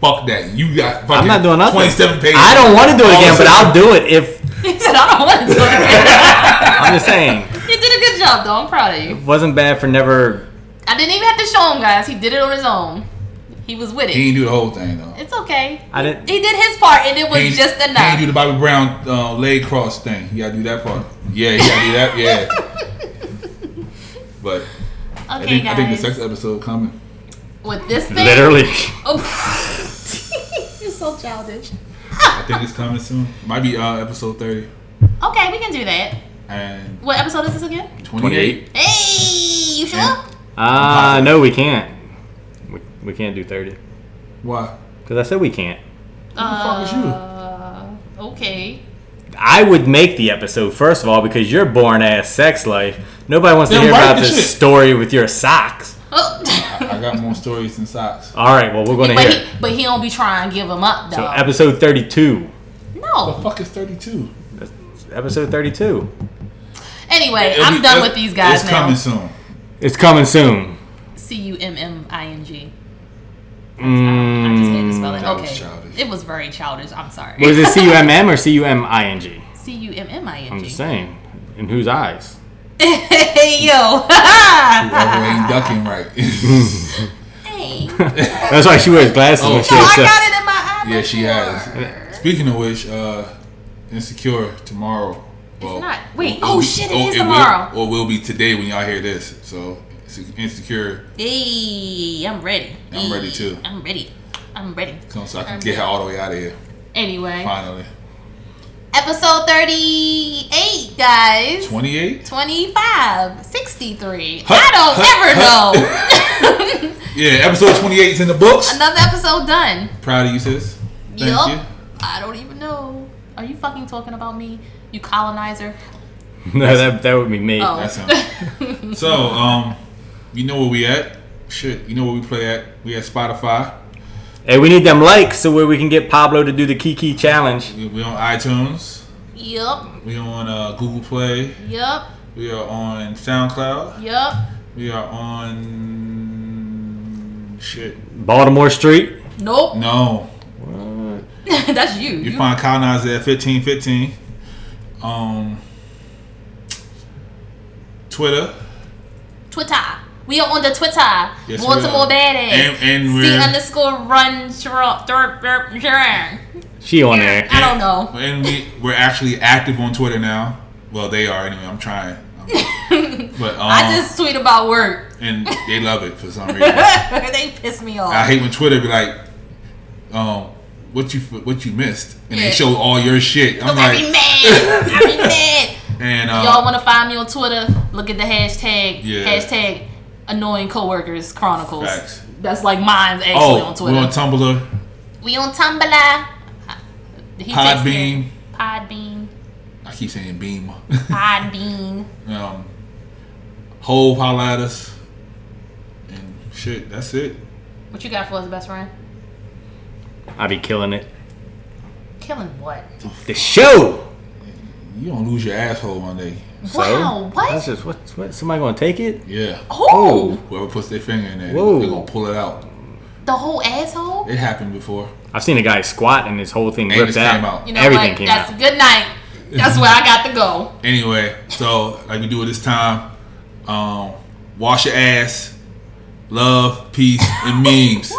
fuck that. You got. Fucking
I'm not doing nothing.
Twenty-seven pages.
I don't want to do it
All
again,
of a
but
sudden-
I'll do it if.
He said, I don't want to do it.
I'm just saying,
you did a good job, though. I'm proud of you.
wasn't bad for never.
I didn't even have to show him, guys. He did it on his own. He was with
He
it.
ain't do the whole thing though.
It's okay.
I didn't.
He did his part, and it was
He ain't-
just
He ain't do
enough.
the Bobby Brown uh, leg cross thing. You gotta do that part. Yeah, you gotta do that. Yeah. But I
Okay,
think I think the
guys.
sex episode coming.
With this thing.
Literally,
Oh, You're so childish.
I think it's coming soon. Might be uh, episode thirty
Okay, we can do that.
and
What episode is this again?
twenty-eight.
Hey, you sure?
Yeah.
uh, no, we can't. We, we can't do thirty
Why?
because I said we can't.
Who the fuck is you?
Uh, okay.
I would make the episode first of all because your boring ass sex life. Nobody wants
Then
to hear
write
about
the
this
shit.
story with your socks.
Oh.
I got more stories than socks.
All right, well we're gonna
but,
hear. it.
he, but he don't be trying to give him up, though.
So episode thirty-two.
The
no.
fuck is thirty-two?
Episode thirty-two.
Anyway, I'm done with these guys
It's
now.
coming soon.
It's coming soon.
C U M M I N G. I just had to
Mm,
spell it.
That was
Okay.
childish.
It was very childish. I'm sorry.
was Hmm. it C U M M or C U M I N G?
C U M M I
I'm
N
just
G.
saying. In whose eyes?
Hey, yo.
Whoever ain't ducking right.
hey.
That's why she wears glasses
Oh.
when she
No, I
has sex.
got it in my eye.
yeah, she
before.
has. Speaking of which, uh, Insecure tomorrow. Well,
It's not. Wait.
it
Oh,
will-
shit, it
or
is
will-
tomorrow.
or will be today when y'all hear this. So it's Insecure
Hey, I'm ready.
I'm ready, too.
I'm ready. I'm ready.
comes so I can get her all the way out of here
Anyway,
finally.
episode 38, guys.
Twenty eight.
25, 63.
Huh,
I don't
huh,
ever know.
Yeah, episode twenty eight is in the books.
Another episode done.
Proud of you, sis. Thank
yup.
you.
I don't even know. Are you fucking talking about me? You colonizer?
No, that, that would be me.
Oh.
That's him. so, um, you know where we at? Shit, you know where we play at? We at Spotify.
Hey, we need them likes so where we can get Pablo to do the Kiki challenge.
We, we on iTunes.
Yup,
We on uh, Google Play.
yup,
We are on SoundCloud.
yup.
We are on shit.
Baltimore Street.
Nope.
No,
Oh. That's you.
you find colonizer at fifteen fifteen. Um, Twitter.
Twitter. We are on the Twitter.
Yes, we
Baltimore
are.
Badass.
And- and
C
we're-
underscore run. shro- thr- thr- thr-
She on there.
I don't know.
And we we're actually active on Twitter now. Well, they are anyway. I'm trying. I'm- but um,
I just tweet about work.
and they love it for some reason.
they piss me off.
I hate when Twitter be like, um, what you what you missed, and
Yeah.
they show all your shit. I'm
I be
like,
mad. I be mad.
and uh,
Y'all want to find me on Twitter? Look at the hashtag.
Yeah.
Hashtag annoying coworkers chronicles.
Facts.
That's like mine's actually
oh,
on Twitter.
we're on Tumblr,
we on Tumblr. He takes
Podbeam.
it. Podbeam.
I keep saying Beam.
Podbean.
um, Hove holla at us, and shit. That's it.
What you got for us, best friend?
I be killing it.
Killing what?
The show.
you don't lose your asshole one day.
Wow, what?
That's just what, what somebody gonna take it?
Yeah.
Oh,
Whoever puts their finger in there,
Whoa.
they're gonna pull it out.
the whole asshole.
It happened before.
I've seen a guy squat and his whole thing
And
ripped
this
out.
came out.
You know
Everything
what?
came
That's
out.
good night. That's where I got to go.
Anyway, so like we do it this time. Um, wash your ass. Love, peace, and memes.